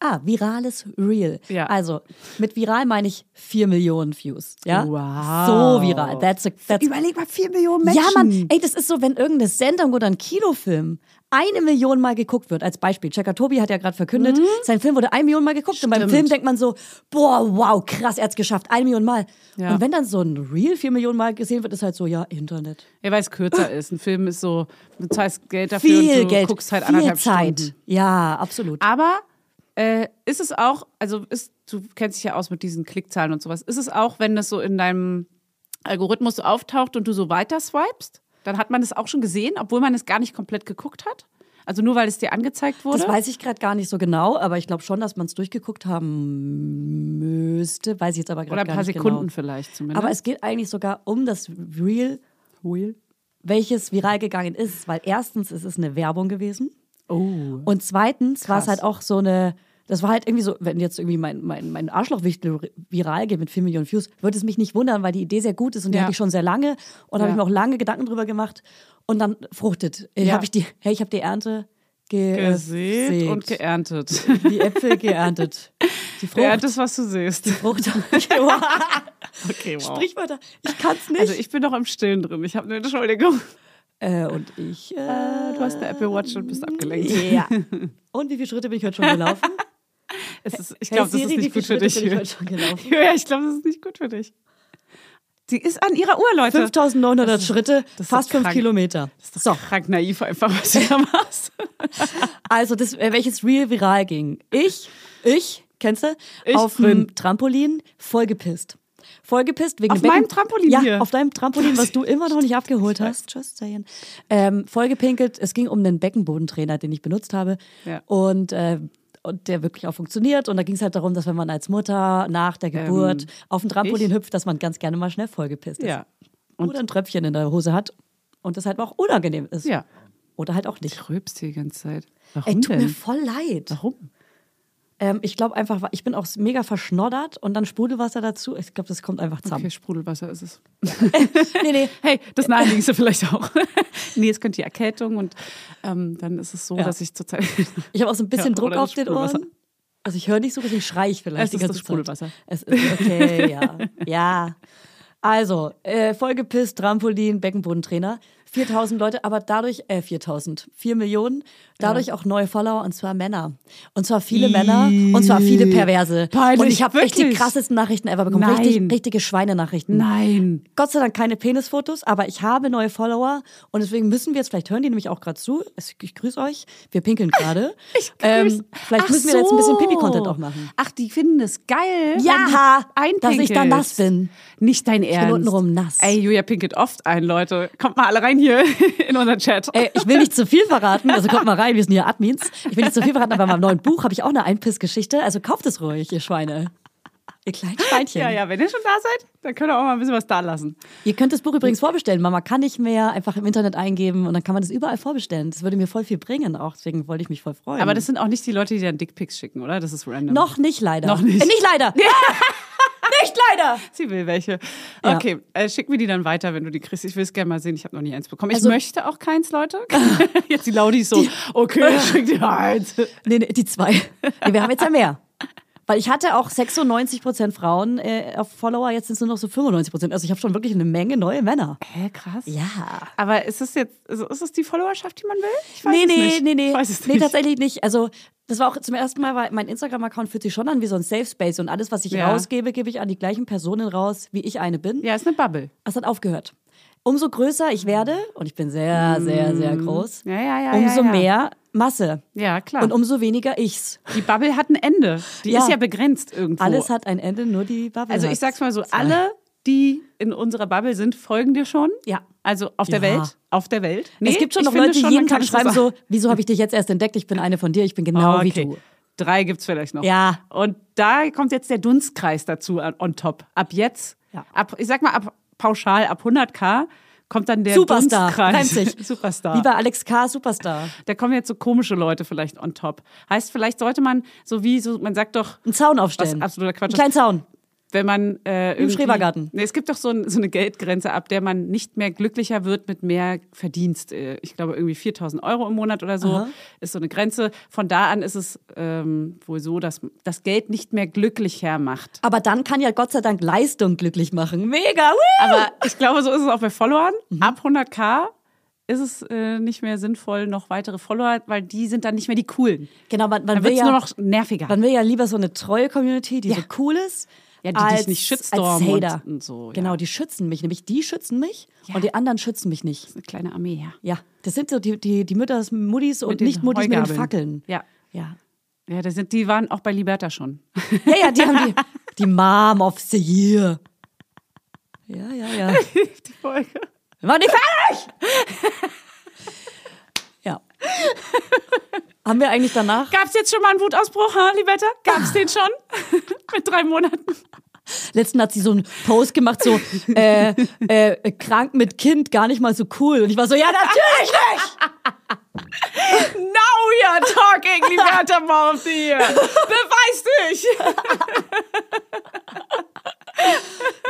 S1: Ah, virales Real.
S2: Ja.
S1: Also, mit viral meine ich 4 Millionen Views. Ja?
S2: Wow.
S1: So viral. That's a, that's
S2: Überleg mal, vier Millionen
S1: ja, Mann, ey, das ist so, wenn irgendeine Sendung oder ein Kinofilm eine Million Mal geguckt wird. Als Beispiel, Checker Tobi hat ja gerade verkündet, sein Film wurde eine Million Mal geguckt. Und beim
S2: Mhm. Stimmt.
S1: Film denkt man so, boah, wow, krass, er hat's geschafft, eine Million Mal.
S2: Ja.
S1: Und wenn dann so ein Real vier Millionen Mal gesehen wird, ist halt so, ja, Internet.
S2: Ja, weil es kürzer ist. Ein Film ist so, du zahlst Geld dafür
S1: viel
S2: und du
S1: Geld,
S2: guckst halt
S1: viel
S2: anderthalb
S1: Zeit.
S2: Stunden.
S1: Ja, absolut.
S2: Aber äh, ist es auch, also ist, du kennst dich ja aus mit diesen Klickzahlen und sowas, ist es auch, wenn das so in deinem Algorithmus so auftaucht und du so weiter swipest, dann hat man das auch schon gesehen, obwohl man es gar nicht komplett geguckt hat? Also nur weil es dir angezeigt wurde?
S1: Das weiß ich gerade gar nicht so genau, aber ich glaube schon, dass man es durchgeguckt haben müsste. Weiß ich jetzt aber
S2: Oder
S1: gerade
S2: ein
S1: gar
S2: paar
S1: nicht
S2: Sekunden
S1: genau.
S2: vielleicht zumindest.
S1: Aber es geht eigentlich sogar um das Real
S2: Wheel.
S1: welches viral gegangen ist, weil erstens ist es eine Werbung gewesen
S2: Oh.
S1: und zweitens war es halt auch so eine, das war halt irgendwie so, wenn jetzt irgendwie mein, mein, mein Arschlochwichtel viral geht mit 4 Millionen Views, würde es mich nicht wundern, weil die Idee sehr gut ist und die
S2: Ja.
S1: hatte ich schon sehr lange und da habe
S2: Ja.
S1: ich mir auch lange Gedanken drüber gemacht und dann fruchtet.
S2: Ja.
S1: Ja. Habe ich die, hey, ich habe die Ernte ge
S2: Gesät und
S1: gesät.
S2: geerntet.
S1: die Äpfel geerntet. Die Frucht.
S2: Geerntet, was du siehst.
S1: Frucht.
S2: Okay, wow.
S1: Sprichwörter. Ich kann's nicht.
S2: also ich bin noch im Stillen drin. Ich habe eine Entschuldigung.
S1: äh, und ich. Äh,
S2: Du hast eine Apple Watch und bist abgelenkt.
S1: Ja. Und wie viele Schritte bin ich heute schon gelaufen?
S2: Es ist, ich glaube, das ist nicht gut für dich.
S1: Bin ich heute schon gelaufen?
S2: Ja, ich glaube, das ist nicht gut für dich. Die ist an ihrer Uhr, Leute.
S1: 5900 Schritte,
S2: das ist
S1: fast
S2: doch
S1: fünf
S2: krank.
S1: Kilometer.
S2: Das ist doch krank naiv einfach, was du da machst.
S1: Also, das, äh, welches Real viral ging. Ich, ich, kennst du?
S2: Ich
S1: auf
S2: grün.
S1: dem Trampolin, vollgepisst. Vollgepisst wegen
S2: Auf
S1: dem Becken-
S2: meinem Trampolin
S1: Ja,
S2: hier.
S1: auf deinem Trampolin, was du immer noch nicht abgeholt hast. Just saying. Ähm, vollgepinkelt. Es ging um den Beckenbodentrainer, den ich benutzt habe.
S2: Ja.
S1: Und, äh, und der wirklich auch funktioniert. Und da ging es halt darum, dass wenn man als Mutter nach der Geburt auf dem Trampolin hüpft, dass man ganz gerne mal schnell vollgepisst ist.
S2: Ähm, Ja.
S1: oder ein Tröpfchen in der Hose hat und das halt auch unangenehm ist.
S2: Ja.
S1: Oder halt auch nicht.
S2: Ich rülpst hier die ganze Zeit. Warum
S1: Ey, tut mir
S2: denn?
S1: voll leid.
S2: Warum?
S1: Ähm, ich glaube einfach, ich bin auch mega verschnoddert und dann Sprudelwasser dazu. Ich glaube, das kommt einfach zusammen.
S2: Okay, Sprudelwasser ist es.
S1: Nee, nee.
S2: Hey, das Naheliegendste vielleicht auch. nee, es könnte die Erkältung und ähm, dann ist es so,
S1: Ja.
S2: dass ich zurzeit.
S1: Ich habe auch so ein bisschen
S2: Ja,
S1: Druck
S2: oder
S1: auf
S2: das
S1: den
S2: Sprudelwasser.
S1: Ohren. Also ich höre nicht so richtig, schrei ich vielleicht
S2: Es
S1: die
S2: ist
S1: ganze
S2: das
S1: Zeit.
S2: Sprudelwasser.
S1: Es ist okay, ja. Ja. Also, äh, vollgepisst, Trampolin, Beckenbodentrainer. 4000 Leute, aber dadurch, äh, 4000, 4 Millionen, dadurch auch neue Follower und zwar Männer. Und zwar viele Männer und zwar viele Perverse.
S2: Peinlich,
S1: und ich habe echt die
S2: wirklich?
S1: krassesten Nachrichten ever bekommen.
S2: Nein.
S1: Richtig, richtige Schweinenachrichten.
S2: Nein.
S1: Gott sei Dank keine Penisfotos, aber ich habe neue Follower und deswegen müssen wir jetzt, vielleicht hören die nämlich auch gerade zu. Es- Ich grüße euch. Wir pinkeln gerade. Ähm,
S2: Ich grüß.
S1: vielleicht
S2: Ach
S1: müssen wir jetzt ein bisschen
S2: so.
S1: Pipi-Content auch machen.
S2: Ach, die finden es geil.
S1: Ja,
S2: wenn du
S1: dass ich dann nass
S2: einpinkelst.
S1: bin.
S2: Nicht dein Ernst.
S1: untenrum nass.
S2: Ey, Julia pinkelt oft ein, Leute. Kommt mal alle rein hier in unseren Chat.
S1: Ey, Äh, ich will nicht zu viel verraten, also kommt mal rein, wir sind hier Admins. Ich will nicht zu viel verraten, aber in meinem neuen Buch habe ich auch eine Einpissgeschichte, also kauft es ruhig, ihr Schweine. Ihr kleinen Schweinchen.
S2: Ja, ja, wenn ihr schon da seid, dann könnt ihr auch mal ein bisschen was da lassen.
S1: Ihr könnt das Buch übrigens vorbestellen. Mama kann nicht mehr einfach im Internet eingeben und dann kann man das überall vorbestellen. Das würde mir voll viel bringen auch, deswegen wollte ich mich voll freuen.
S2: Aber das sind auch nicht die Leute, die dann Dickpics schicken, oder? Das ist random.
S1: Noch nicht leider.
S2: Noch nicht.
S1: Äh, nicht leider. nicht, leider.
S2: Sie will welche.
S1: Ja.
S2: Okay, äh, schick mir die dann weiter, wenn du die kriegst. Ich will es gerne mal sehen. Ich habe noch nie eins bekommen. Ich
S1: Also-
S2: möchte auch keins, Leute. Jetzt die Laudi so, okay, schick dir eins.
S1: Nee, nee, die zwei. Nee, wir haben jetzt ja mehr. Weil ich hatte auch 96% Frauen äh, auf Follower, jetzt sind es nur noch so 95%. Also ich habe schon wirklich eine Menge neue Männer.
S2: Hä, krass.
S1: Ja.
S2: Aber ist es jetzt, also ist es die Followerschaft, die man will? Ich weiß
S1: Nee,
S2: es
S1: nee,
S2: nicht.
S1: nee, nee.
S2: Ich weiß es
S1: nee,
S2: nicht.
S1: tatsächlich nicht. Also, das war auch zum ersten Mal, weil mein Instagram-Account fühlt sich schon an wie so ein Safe Space und alles, was ich
S2: Ja.
S1: rausgebe, gebe ich an die gleichen Personen raus, wie ich eine bin.
S2: Ja, ist eine Bubble.
S1: Es hat aufgehört. Umso größer ich werde, und ich bin sehr, sehr, sehr groß,
S2: Mm. Ja, ja, ja.
S1: umso
S2: ja, ja.
S1: mehr Masse.
S2: Ja, klar.
S1: Und umso weniger ich's.
S2: die Bubble hat ein Ende. Die
S1: Ja.
S2: ist ja begrenzt irgendwo.
S1: Alles hat ein Ende, nur die Bubble.
S2: Also ich
S1: hat's.
S2: sag's mal so, alle, die in unserer Bubble sind, folgen dir schon.
S1: Ja.
S2: Also auf der
S1: Ja.
S2: Welt. Auf der Welt. Nee,
S1: es gibt schon
S2: ich
S1: noch
S2: finde
S1: Leute, die
S2: schon,
S1: jeden
S2: man kann
S1: Tag
S2: es
S1: schreiben
S2: sagen.
S1: so, wieso habe ich dich jetzt erst entdeckt? Ich bin eine von dir, ich bin genau
S2: Ah, okay.
S1: wie du.
S2: Drei gibt's vielleicht noch.
S1: Ja.
S2: Und da kommt jetzt der Dunstkreis dazu an- on top. Ab jetzt,
S1: Ja.
S2: ab, ich sag mal ab pauschal ab 100k kommt dann der
S1: Superstar,
S2: Dunstkreis.
S1: reimt sich.
S2: Superstar.
S1: Wie bei Alex K. Superstar.
S2: da kommen jetzt so komische Leute vielleicht on top. Heißt, vielleicht sollte man so wie so, man sagt doch,
S1: Einen Zaun aufstellen.
S2: Was absoluter Quatsch
S1: Einen kleinen
S2: ist.
S1: Zaun.
S2: wenn man äh, irgendwie-
S1: Schrebergarten.
S2: Nee, es gibt doch so, ein, so eine Geldgrenze, ab der man nicht mehr glücklicher wird mit mehr Verdienst. Äh, Ich glaube irgendwie 4.000 Euro im Monat oder so
S1: Aha.
S2: ist so eine Grenze. Von da an ist es ähm, wohl so, dass das Geld nicht mehr glücklicher macht.
S1: Aber dann kann ja Gott sei Dank Leistung glücklich machen. Mega! Woo!
S2: Aber ich glaube, so ist es auch bei Followern.
S1: Mhm.
S2: Ab 100k ist es äh, nicht mehr sinnvoll, noch weitere Follower, weil die sind dann nicht mehr die coolen.
S1: Genau, man,
S2: Dann
S1: man, will
S2: wird es
S1: ja,
S2: nur noch nerviger.
S1: man will ja lieber so eine treue Community, die so cool ist.
S2: ja, die
S1: als,
S2: dich nicht
S1: als
S2: shitstormen
S1: Hater.
S2: und, und so. ja.
S1: Genau, die schützen mich. Nämlich die schützen mich und die anderen schützen mich nicht.
S2: Eine kleine Armee, ja.
S1: Ja, das sind so die, die, die Mütter, Muttis und
S2: den
S1: Nicht-Muttis mit den
S2: Heugabeln.
S1: Fackeln.
S2: Ja.
S1: Ja.
S2: Ja, das sind, die waren auch bei Liberta schon.
S1: Ja, ja, die haben die, die Mom of the Year. Ja, ja, ja.
S2: die Folge.
S1: Wir waren nicht fertig! Ja. Haben wir eigentlich danach?
S2: Gab's jetzt schon mal einen Wutausbruch, ha, Libetta? Gab's den schon? Mit drei Monaten.
S1: Letztens hat sie so einen Post gemacht, so äh, äh, krank mit Kind, gar nicht mal so cool. Und ich war so, ja, natürlich nicht!
S2: Now we are talking, Liberta Mom of the Year. Beweis dich!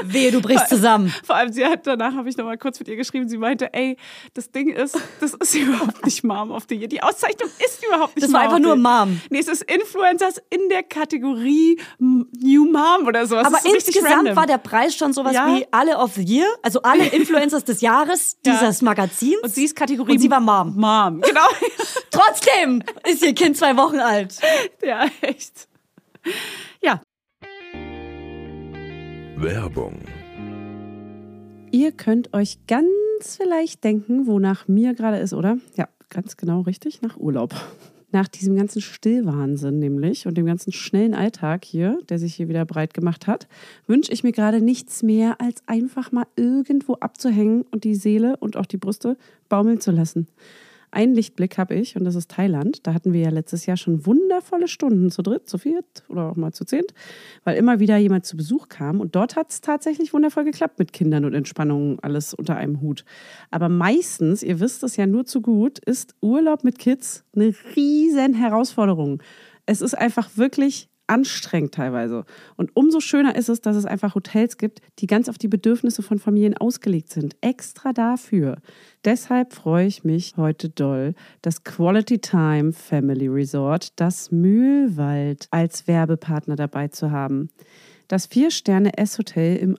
S1: Weh, du brichst zusammen.
S2: Vor allem, sie hat danach, habe ich noch mal kurz mit ihr geschrieben, sie meinte, ey, das Ding ist, das ist überhaupt nicht Mom of the Year. Die Auszeichnung ist überhaupt nicht
S1: Das
S2: Mom
S1: war einfach
S2: of the
S1: nur
S2: Year.
S1: Mom.
S2: Nee, es ist Influencers in der Kategorie M- New Mom oder sowas.
S1: Aber
S2: das ist so richtig
S1: insgesamt
S2: random.
S1: war der Preis schon sowas
S2: Ja.
S1: wie alle of the year, also alle Influencers des Jahres
S2: Ja.
S1: dieses Magazins.
S2: Und sie ist Kategorie
S1: Und sie war Mom.
S2: Mom, genau.
S1: Trotzdem ist ihr Kind zwei Wochen alt.
S2: ja, echt. Ja,
S3: Werbung,
S2: Ihr könnt euch ganz vielleicht denken, wonach mir gerade ist, oder? Ja, ganz genau richtig, nach Urlaub. Nach diesem ganzen Stillwahnsinn nämlich und dem ganzen schnellen Alltag hier, der sich hier wieder breit gemacht hat, wünsche ich mir gerade nichts mehr, als einfach mal irgendwo abzuhängen und die Seele und auch die Brüste baumeln zu lassen. Einen Lichtblick habe ich und das ist Thailand. Da hatten wir ja letztes Jahr schon wundervolle Stunden zu dritt, zu viert oder auch mal zu zehnt, weil immer wieder jemand zu Besuch kam. Und dort hat es tatsächlich wundervoll geklappt mit Kindern und Entspannung, alles unter einem Hut. Aber meistens, ihr wisst es ja nur zu gut, ist Urlaub mit Kids eine riesen Herausforderung. Es ist einfach wirklich anstrengend teilweise. Und umso schöner ist es, dass es einfach Hotels gibt, die ganz auf die Bedürfnisse von Familien ausgelegt sind. Extra dafür. Deshalb freue ich mich heute doll, das Quality Time Family Resort, das Mühlwald, als Werbepartner dabei zu haben. Das Vier-Sterne-S-Hotel im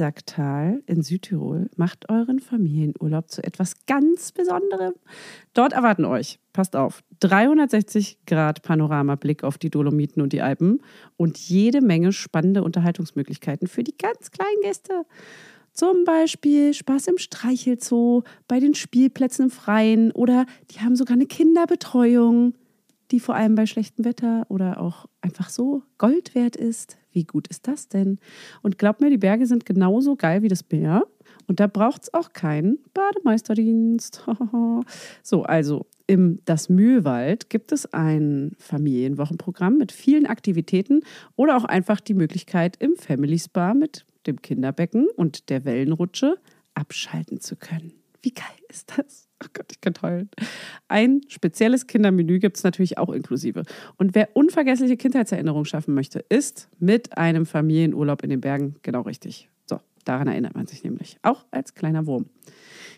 S2: Eisacktal in Südtirol macht euren Familienurlaub zu etwas ganz Besonderem. Dort erwarten euch, passt auf, 360 Grad Panoramablick auf die Dolomiten und die Alpen und jede Menge spannende Unterhaltungsmöglichkeiten für die ganz kleinen Gäste. Zum Beispiel Spaß im Streichelzoo, bei den Spielplätzen im Freien oder die haben sogar eine Kinderbetreuung, die vor allem bei schlechtem Wetter oder auch einfach so Gold wert ist. Wie gut ist das denn? Und glaub mir, die Berge sind genauso geil wie das Meer. Und da braucht es auch keinen Bademeisterdienst. so, also im Das Mühlwald gibt es ein Familienwochenprogramm mit vielen Aktivitäten oder auch einfach die Möglichkeit, im Family Spa mit dem Kinderbecken und der Wellenrutsche abschalten zu können. Wie geil ist das? Oh Gott, ich
S4: sich geteilt. Ein spezielles Kindermenü gibt es natürlich auch inklusive. Und wer unvergessliche Kindheitserinnerungen schaffen möchte, ist mit einem Familienurlaub in den Bergen genau richtig. So, daran erinnert man sich nämlich. Auch als kleiner Wurm.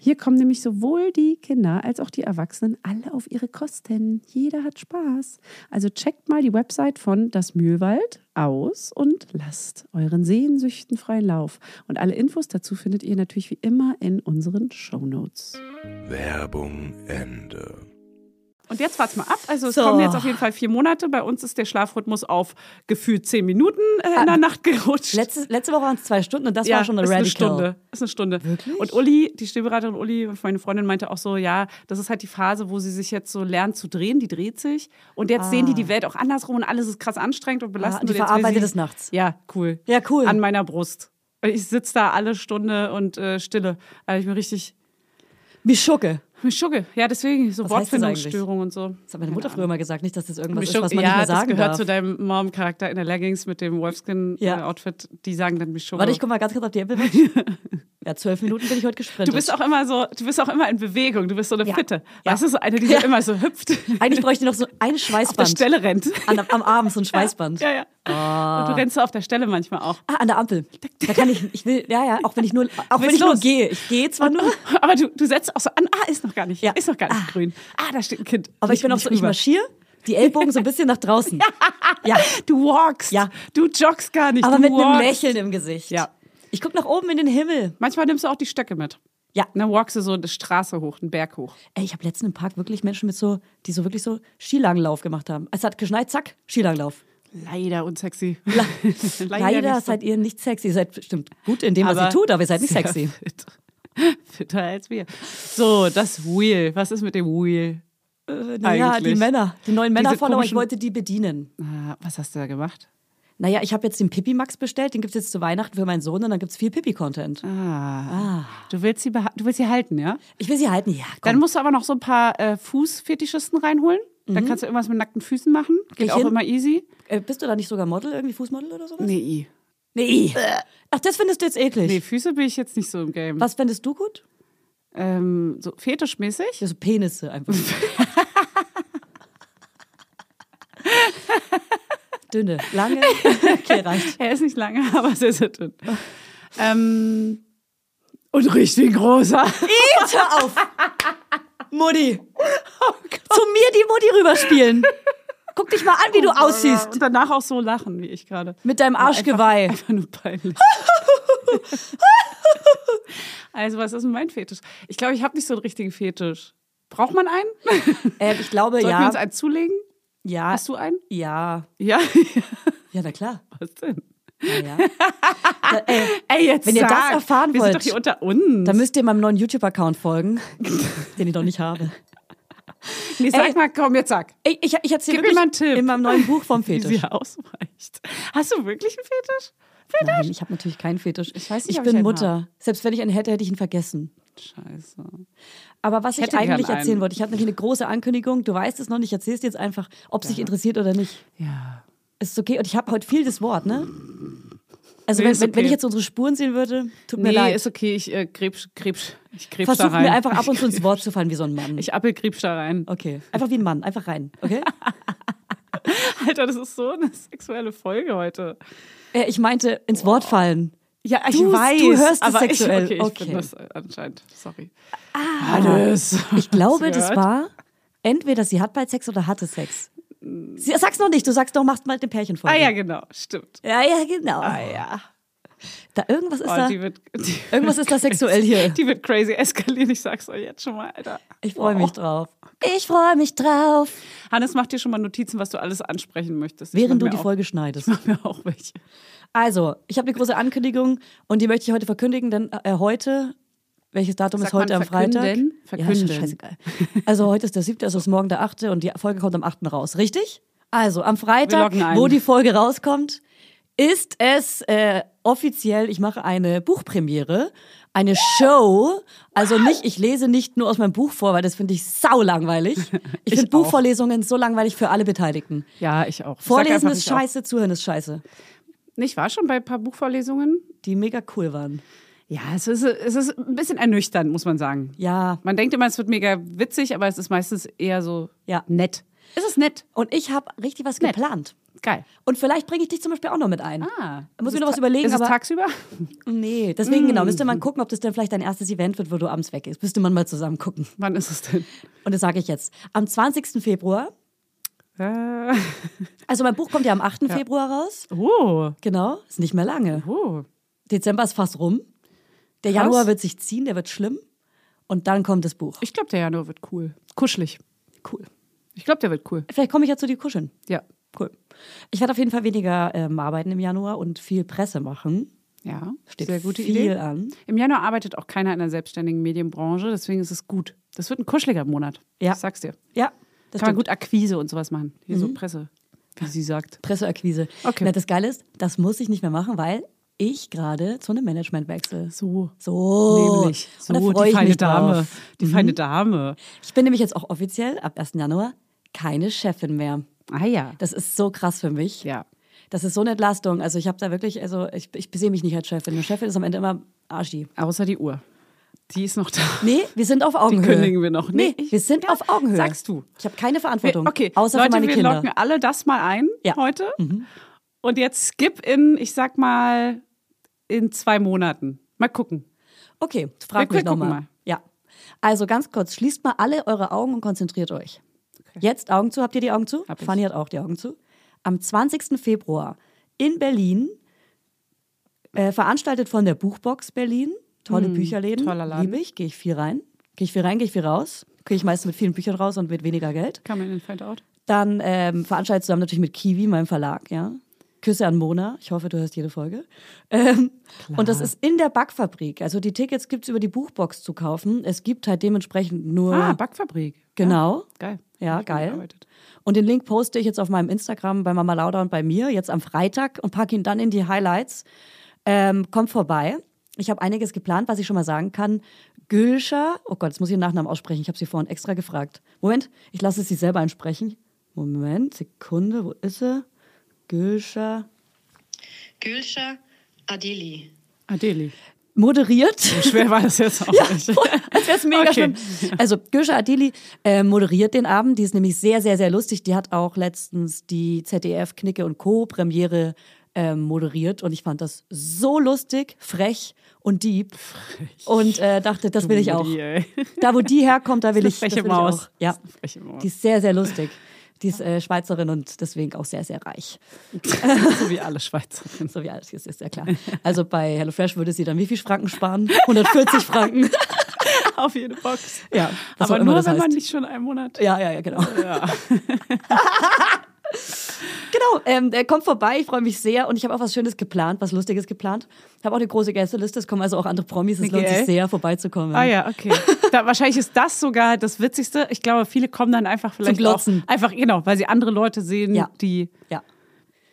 S4: Hier kommen nämlich sowohl die Kinder als auch die Erwachsenen alle auf ihre Kosten. Jeder hat Spaß. Also checkt mal die Website von Das Mühlwald aus und lasst euren Sehnsüchten freien Lauf. Und alle Infos dazu findet ihr natürlich wie immer in unseren Shownotes.
S3: Werbung Ende.
S2: Und jetzt wart's mal ab. Also es
S1: So.
S2: kommen jetzt auf jeden Fall vier Monate. Bei uns ist der Schlafrhythmus auf gefühlt zehn Minuten äh, in der Nacht gerutscht.
S1: Ah, Letzte, letzte Woche waren es zwei Stunden und das war schon eine
S2: ist
S1: Radical.
S2: eine Stunde. Ist eine Stunde. Und Uli, die Stillberaterin Uli, meine Freundin, meinte auch so, ja, das ist halt die Phase, wo sie sich jetzt so lernt zu drehen. Die dreht sich. Und jetzt sehen die die Welt auch andersrum und alles ist krass anstrengend und belastend.
S1: Ah, die
S2: und jetzt will
S1: verarbeitet
S2: sie-
S1: es nachts.
S2: Ja, cool.
S1: Ja, cool.
S2: An meiner Brust. Und Ich sitze da alle Stunde und äh, stille. Also ich bin richtig
S1: Mischugge.
S2: mich schugge. Ja, deswegen so
S1: Was heißt das
S2: Wortfindungsstörung und so.
S1: Das hat meine Mutter früher immer gesagt. Nicht, dass das irgendwas ist,
S2: Mischugge-
S1: was man
S2: ja,
S1: nicht mehr
S2: das
S1: sagen
S2: gehört
S1: darf.
S2: zu deinem Mom-Charakter in der Leggings mit dem
S1: Ja.
S2: Wolfskin-Outfit. Die sagen dann mich
S1: Warte, ich guck mal ganz kurz auf die Apple Watch. ja, zwölf Minuten bin ich heute gesprintet.
S2: Du bist auch immer so, du bist auch immer in Bewegung, du bist so eine
S1: Ja.
S2: Fitte.
S1: Ja.
S2: Weißt du, so eine, die so
S1: Ja.
S2: immer so hüpft,
S1: Eigentlich bräuchte ich noch so ein
S2: auf der
S1: Schweißband.
S2: Stelle rennt.
S1: An, Ah. am Abend so ein Schweißband.
S2: Ja, ja. Und du rennst so auf der Stelle manchmal auch.
S1: Ah, an der Ampel. Da kann ich, ich will, ja, ja, auch wenn ich nur, auch wenn
S2: Willst
S1: ich nur
S2: los?
S1: gehe. Ich gehe zwar nur,
S2: Aber du, du setzt auch so an, ah, ist noch gar nicht,
S1: Ah. Ja.
S2: ist noch gar nicht grün. Ah, da steht ein Kind.
S1: aber ich bin auch
S2: nicht
S1: so, ich
S2: rüber.
S1: marschiere, die Ellbogen so ein bisschen nach draußen. Ja,
S2: Du walkst,
S1: Ja.
S2: du joggst gar nicht,
S1: aber
S2: du
S1: mit einem
S2: walkst.
S1: Lächeln im Gesicht.
S2: Ja.
S1: Ich guck nach oben in den Himmel.
S2: Manchmal nimmst du auch die Stöcke mit.
S1: Ja.
S2: Und dann walkst du so eine Straße hoch, einen Berg hoch.
S1: Ey, ich habe letztens im Park wirklich Menschen mit so, die so wirklich so Skilanglauf gemacht haben. Es hat geschneit, zack, Skilanglauf.
S2: Leider unsexy.
S1: Leider,
S2: nicht so.
S1: seid ihr nicht sexy. Ihr seid bestimmt gut in dem, was ihr tut, aber ihr seid nicht
S2: sehr
S1: sexy.
S2: Fit. Fitter als wir. So, das Wheel. Was ist mit dem Wheel?
S1: Äh, Ja,
S2: eigentlich.
S1: die Männer, die neuen
S2: Diese
S1: Männerfollower, ich
S2: komischen-
S1: wollte die bedienen.
S2: Ah, was hast du da gemacht?
S1: Naja, ich habe jetzt den Pippi Max bestellt, den gibt's jetzt zu Weihnachten für meinen Sohn und dann gibt's viel Pippi-Content.
S2: Ah. Du, willst sie beha- du willst sie halten, ja?
S1: Ich will sie halten, ja.
S2: Dann
S1: Komm.
S2: musst du aber noch so ein paar äh, Fußfetischisten reinholen. Dann kannst du irgendwas mit nackten Füßen machen. Geht auch
S1: hin.
S2: immer easy.
S1: äh, bist du da nicht sogar Model, irgendwie Fußmodel oder sowas?
S2: Nee.
S1: Nee. Ach, das findest du jetzt eklig.
S2: Nee, Füße bin ich jetzt nicht so im Game.
S1: Was findest du gut?
S2: Ähm, so fetischmäßig?
S1: Ja, so Penisse einfach. Dünne, lange. Okay, reicht.
S2: Er ist nicht lange, aber sehr, sehr dünn. ähm, und richtig großer.
S1: Jetzt hör auf! Mutti! Zu mir die Mutti rüberspielen! Guck dich mal an, wie du aussiehst!
S2: Und danach auch so lachen, wie ich gerade.
S1: Mit deinem Arschgeweih.
S2: Einfach nur peinlich. also, was ist denn mein Fetisch? Ich glaube, ich habe nicht so einen richtigen Fetisch. Braucht man einen?
S1: Ähm, ich glaube,
S2: Sollten wir
S1: ja.
S2: uns einen zulegen?
S1: ja.
S2: Hast du einen?
S1: Ja.
S2: Ja.
S1: Ja, na klar.
S2: Was denn?
S1: Na ja. da, ey,
S2: Ey, jetzt
S1: Wenn ihr
S2: sag,
S1: das erfahren
S2: wir
S1: wollt,
S2: sind doch hier unter uns.
S1: dann müsst ihr meinem neuen YouTube-Account folgen, den ich noch nicht habe.
S2: nee, sag
S1: ey.
S2: mal, komm, jetzt sag.
S1: Ey, ich ich erzähle
S2: Gib
S1: wirklich
S2: mir mal einen Tipp.
S1: in meinem neuen Buch vom
S2: Wie
S1: Fetisch.
S2: sie ausweicht. Hast du wirklich einen Fetisch? Fetisch?
S1: Nein, ich habe natürlich keinen Fetisch. Ich
S2: weiß nicht,
S1: ich
S2: ob ich
S1: bin
S2: einen
S1: Mutter. Selbst wenn ich einen hätte, hätte ich ihn vergessen.
S2: Scheiße.
S1: Aber was ich,
S2: hätte gern
S1: eigentlich
S2: einen.
S1: erzählen wollte, ich hatte nämlich eine große Ankündigung. Du weißt es noch nicht, ich erzähl's jetzt einfach, ob es dich interessiert oder nicht.
S2: Ja.
S1: Ist okay. Und ich habe heute viel das Wort, ne? Also
S2: Nee,
S1: wenn,
S2: ist
S1: wenn, wenn
S2: okay.
S1: ich jetzt unsere Spuren sehen würde, tut mir
S2: Nee,
S1: leid.
S2: ist okay, ich äh, krebs, krebs, ich krebs
S1: Versuch
S2: da rein.
S1: mir einfach ab und zu ins Wort zu fallen wie so ein Mann.
S2: Ich appelkrebs da rein.
S1: Okay. Einfach wie ein Mann, einfach rein, okay?
S2: Alter, das ist so eine sexuelle Folge heute.
S1: Äh, ich meinte ins Wort fallen.
S2: Ja, ich
S1: Du- du
S2: weiß.
S1: hörst es
S2: aber
S1: sexuell.
S2: Ich, okay, Ah. ich
S1: Okay.
S2: bin das äh, anscheinend. Sorry. Alles.
S1: Ich glaube,
S2: Hast du
S1: das
S2: gehört?
S1: war entweder sie hat bald Sex oder hatte Sex. Sie, sag's noch nicht, du sagst doch, machst mal eine Pärchenfolge.
S2: Ah ja, Ah, genau. Stimmt.
S1: Ja, ja, genau.
S2: ja.
S1: Da irgendwas ist
S2: Oh,
S1: da.
S2: die wird, die
S1: Irgendwas ist da sexuell hier.
S2: Die wird crazy eskalieren, ich sag's euch jetzt schon mal, Alter. Oh,
S1: Ich freue mich drauf. Ich freue mich drauf.
S2: Hannes, mach dir schon mal Notizen, was du alles ansprechen möchtest. Ich
S1: Während
S2: mach
S1: du
S2: mir
S1: die
S2: auch,
S1: Folge schneidest.
S2: mach mir auch welche.
S1: Also, ich habe eine große Ankündigung und die möchte ich heute verkündigen, denn äh, heute, welches Datum
S2: Sagt
S1: ist heute
S2: man
S1: am Freitag?
S2: verkünden?
S1: Ja, ist
S2: Verkünden.
S1: schon scheißegal. Also heute ist der siebte, also ist morgen der achte und die Folge kommt am achten raus, richtig? Also am
S2: Wir
S1: Freitag,
S2: loggen ein.
S1: wo die Folge rauskommt, ist es äh, offiziell, ich mache eine Buchpremiere, eine Show. Also nicht, ich lese nicht nur aus meinem Buch vor, weil das finde ich sau langweilig. Ich finde
S2: auch.
S1: Buchvorlesungen so langweilig für alle Beteiligten.
S2: Ja, ich auch. Ich sag
S1: Vorlesen
S2: einfach,
S1: ist
S2: ich auch.
S1: scheiße, zuhören ist scheiße.
S2: Nee, Ich war schon bei ein paar Buchvorlesungen.
S1: Die mega cool waren.
S2: Ja, es ist, es ist ein bisschen ernüchternd, muss man sagen.
S1: Ja,
S2: Man denkt immer, es wird mega witzig, aber es ist meistens eher so
S1: Ja.
S2: nett. Es ist nett.
S1: und ich habe richtig was
S2: Nett.
S1: geplant.
S2: Geil.
S1: Und vielleicht bringe ich dich zum Beispiel auch noch mit ein.
S2: Ah.
S1: Da muss
S2: Ist
S1: ich mir noch was
S2: es ta-
S1: überlegen,
S2: Ist es
S1: aber-
S2: tagsüber?
S1: Nee, deswegen genau, müsste
S2: Mm.
S1: man gucken, ob das dann vielleicht dein erstes Event wird, wo du abends weg bist. Müsste man mal zusammen gucken.
S2: Wann ist es denn?
S1: Und das sage ich jetzt. Am 20. Februar,
S2: Äh.
S1: also mein Buch kommt ja am 8. Februar raus.
S2: Oh.
S1: Genau, ist nicht mehr lange.
S2: Oh.
S1: Dezember ist fast rum. Der
S2: Krass.
S1: Januar wird sich ziehen, der wird schlimm. Und dann kommt das Buch.
S2: Ich glaube, der Januar wird cool. Kuschelig. Cool. Ich glaube, der wird cool.
S1: Vielleicht komme ich ja zu dir kuscheln.
S2: Ja.
S1: Cool. Ich werde auf jeden Fall weniger ähm, arbeiten im Januar und viel Presse machen.
S2: Ja.
S1: Steht
S2: Sehr gute
S1: viel
S2: Idee.
S1: an.
S2: Im Januar arbeitet auch keiner in der selbstständigen Medienbranche, deswegen ist es gut. Das wird ein kuscheliger Monat.
S1: Ja.
S2: Ich sag's dir.
S1: Ja, das
S2: Kann man
S1: stimmt. Mhm.
S2: gut Akquise und sowas machen. Hier so Presse, wie sie sagt.
S1: Presseakquise.
S2: Okay.
S1: Na, das Geile ist, das muss ich nicht mehr machen, weil ich gerade zu einem Management wechsle.
S2: So.
S1: So.
S2: Nämlich.
S1: und da
S2: So,
S1: freue
S2: die
S1: ich
S2: feine
S1: mich
S2: Dame.
S1: drauf. Mhm.
S2: Die feine Dame.
S1: Ich bin nämlich jetzt auch offiziell ab 1. Januar keine Chefin mehr.
S2: Ah ja.
S1: Das ist so krass für mich.
S2: Ja.
S1: Das ist so eine Entlastung. Also ich habe da wirklich, also ich, ich sehe mich nicht als Chefin. Eine Chefin ist am Ende immer Arschi.
S2: Außer die Uhr. Die ist noch da.
S1: Nee, wir sind auf Augenhöhe.
S2: kündigen wir noch.
S1: Nee,
S2: Nee, ich-
S1: wir sind
S2: Ja,
S1: auf Augenhöhe.
S2: sagst du.
S1: Ich habe keine Verantwortung.
S2: Wir- Okay,
S1: Außer
S2: Leute,
S1: für meine
S2: wir
S1: Kinder.
S2: locken alle das mal ein
S1: Ja. Mhm.
S2: heute. Und jetzt skip in, ich sag mal, in zwei Monaten. Mal gucken.
S1: Okay, frag
S2: Wir- wir
S1: mich
S2: gucken
S1: nochmal.
S2: mal.
S1: Ja. Also ganz kurz, schließt mal alle eure Augen und konzentriert euch. Jetzt Augen zu, habt ihr die Augen zu?
S2: Hab ich.
S1: Fanny hat auch die Augen zu. Am 20. Februar in Berlin, äh, veranstaltet von der Buchbox Berlin. Tolle Bücherläden.
S2: Hm, toller Laden.
S1: Liebe ich, gehe ich viel rein. Gehe ich viel rein, gehe ich viel raus. Gehe ich meistens mit vielen Büchern raus und mit weniger Geld.
S2: Kann man in Find Out?
S1: Dann ähm, veranstaltet zusammen natürlich mit Kiwi, meinem Verlag, ja. Küsse an Mona. Ich hoffe, du hörst jede Folge. Ähm, und das ist in der Backfabrik. Also die Tickets gibt es über die Buchbox zu kaufen. Es gibt halt dementsprechend nur.
S2: Ah, Backfabrik.
S1: genau.
S2: Ja, geil.
S1: Ja,
S2: Hab ich schon
S1: geil.
S2: gearbeitet.
S1: Und den Link poste ich jetzt auf meinem Instagram bei Mama Lauda und bei mir jetzt am Freitag und packe ihn dann in die Highlights. Ähm, kommt vorbei. Ich habe einiges geplant, was ich schon mal sagen kann. Gülscher, oh Gott, jetzt muss ich den Nachnamen aussprechen. Ich habe sie vorhin extra gefragt. Moment, ich lasse sie selber ansprechen. Moment, Sekunde, wo ist sie? Gülscher.
S5: Gülscha Adeli.
S2: Adeli.
S1: Moderiert.
S2: Ah, Schwer war das jetzt auch
S1: Das
S2: nicht.
S1: wäre mega
S2: Okay.
S1: schlimm. Also Gülscha Adili äh, moderiert den Abend. Die ist nämlich sehr, sehr, sehr lustig. Die hat auch letztens die ZDF Knicke und Co. Premiere ähm, moderiert und ich fand das so lustig, frech und deep und äh, dachte, das will ich auch.
S2: Die, ey.
S1: Da, wo die herkommt, da will
S2: Das
S1: ich,
S2: ist
S1: das
S2: eine freche
S1: will
S2: Maus.
S1: ich auch.
S2: Das ist eine freche
S1: Ja,
S2: Maus.
S1: die ist sehr, sehr lustig. Die ist äh, Schweizerin und deswegen auch sehr, sehr reich.
S2: So wie alle Schweizerinnen.
S1: So wie alles ist, ist ja klar. Also bei HelloFresh würde sie dann wie viel Franken sparen? 140 Franken.
S2: Auf jede Box.
S1: Ja, was auch
S2: Aber
S1: immer
S2: nur,
S1: das
S2: wenn man
S1: heißt.
S2: nicht schon einen Monat.
S1: Ja, ja, ja, genau.
S2: Ja.
S1: Genau, ähm, der kommt vorbei, ich freue mich sehr und ich habe auch was Schönes geplant, was Lustiges geplant. Ich habe auch eine große Gästeliste, es kommen also auch andere Promis, es
S2: Niki,
S1: lohnt sich
S2: ey?
S1: sehr, vorbeizukommen.
S2: Ah ja, okay. Da, wahrscheinlich ist das sogar das Witzigste. Ich glaube, viele kommen dann einfach vielleicht
S1: Glotzen.
S2: Auch, einfach genau, weil sie andere Leute sehen,
S1: Ja.
S2: die
S1: Ja.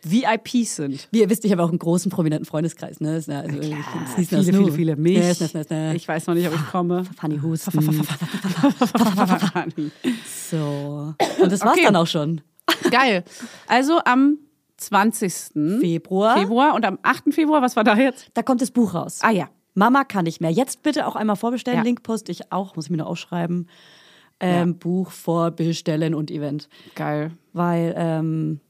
S2: VIPs sind.
S1: Wie ihr wisst, ich habe auch einen großen, prominenten Freundeskreis. Ne? Ist, ne, also, ich- ich-
S2: Viele, viele, viele. Mich.
S1: Ne, ist, ne, ist, ne, ist, ne.
S2: Ich weiß noch nicht, ob ich komme.
S1: Fanny Husten. so. Und das war's
S2: Okay.
S1: dann auch schon.
S2: Geil. Also am 20.
S1: Februar.
S2: Februar und am 8. Februar, was war da jetzt?
S1: Da kommt das Buch raus.
S2: Ah ja.
S1: Mama kann nicht mehr. Jetzt bitte auch einmal vorbestellen.
S2: Ja.
S1: Link poste ich auch, muss ich mir noch aufschreiben. Ähm, Buch vorbestellen und Event.
S2: Geil.
S1: Weil, ähm,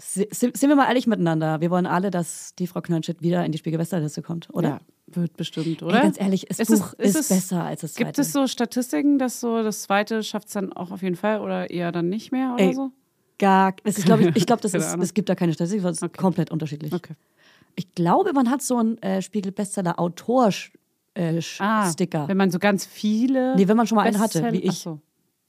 S1: si- si- sind wir mal ehrlich miteinander, wir wollen alle, dass die Frau Knönschit wieder in die Spiegel-Westerliste kommt, oder?
S2: Oder? Ja, wird bestimmt, oder?
S1: Ey, ganz ehrlich, das
S2: Ist es-
S1: Buch
S2: ist
S1: ist,
S2: es-
S1: besser als das
S2: Gibt
S1: zweite.
S2: es so Statistiken, dass so das zweite schafft es dann auch auf jeden Fall oder eher dann nicht mehr oder
S1: Ey.
S2: so?
S1: Gar, es ist, glaube ich, ich glaube, das
S2: Also? Keine
S1: ist,
S2: Ahnung.
S1: es gibt da keine Statistik, weil es ist komplett unterschiedlich.
S2: Okay.
S1: Ich glaube, man hat so einen äh, Spiegel-Bestseller-Autor-Sticker. Äh,
S2: Ah,
S1: Sticker.
S2: Wenn man so ganz viele.
S1: Nee, wenn man schon mal einen hatte,
S2: Bestseller-
S1: wie ich.
S2: Ach so.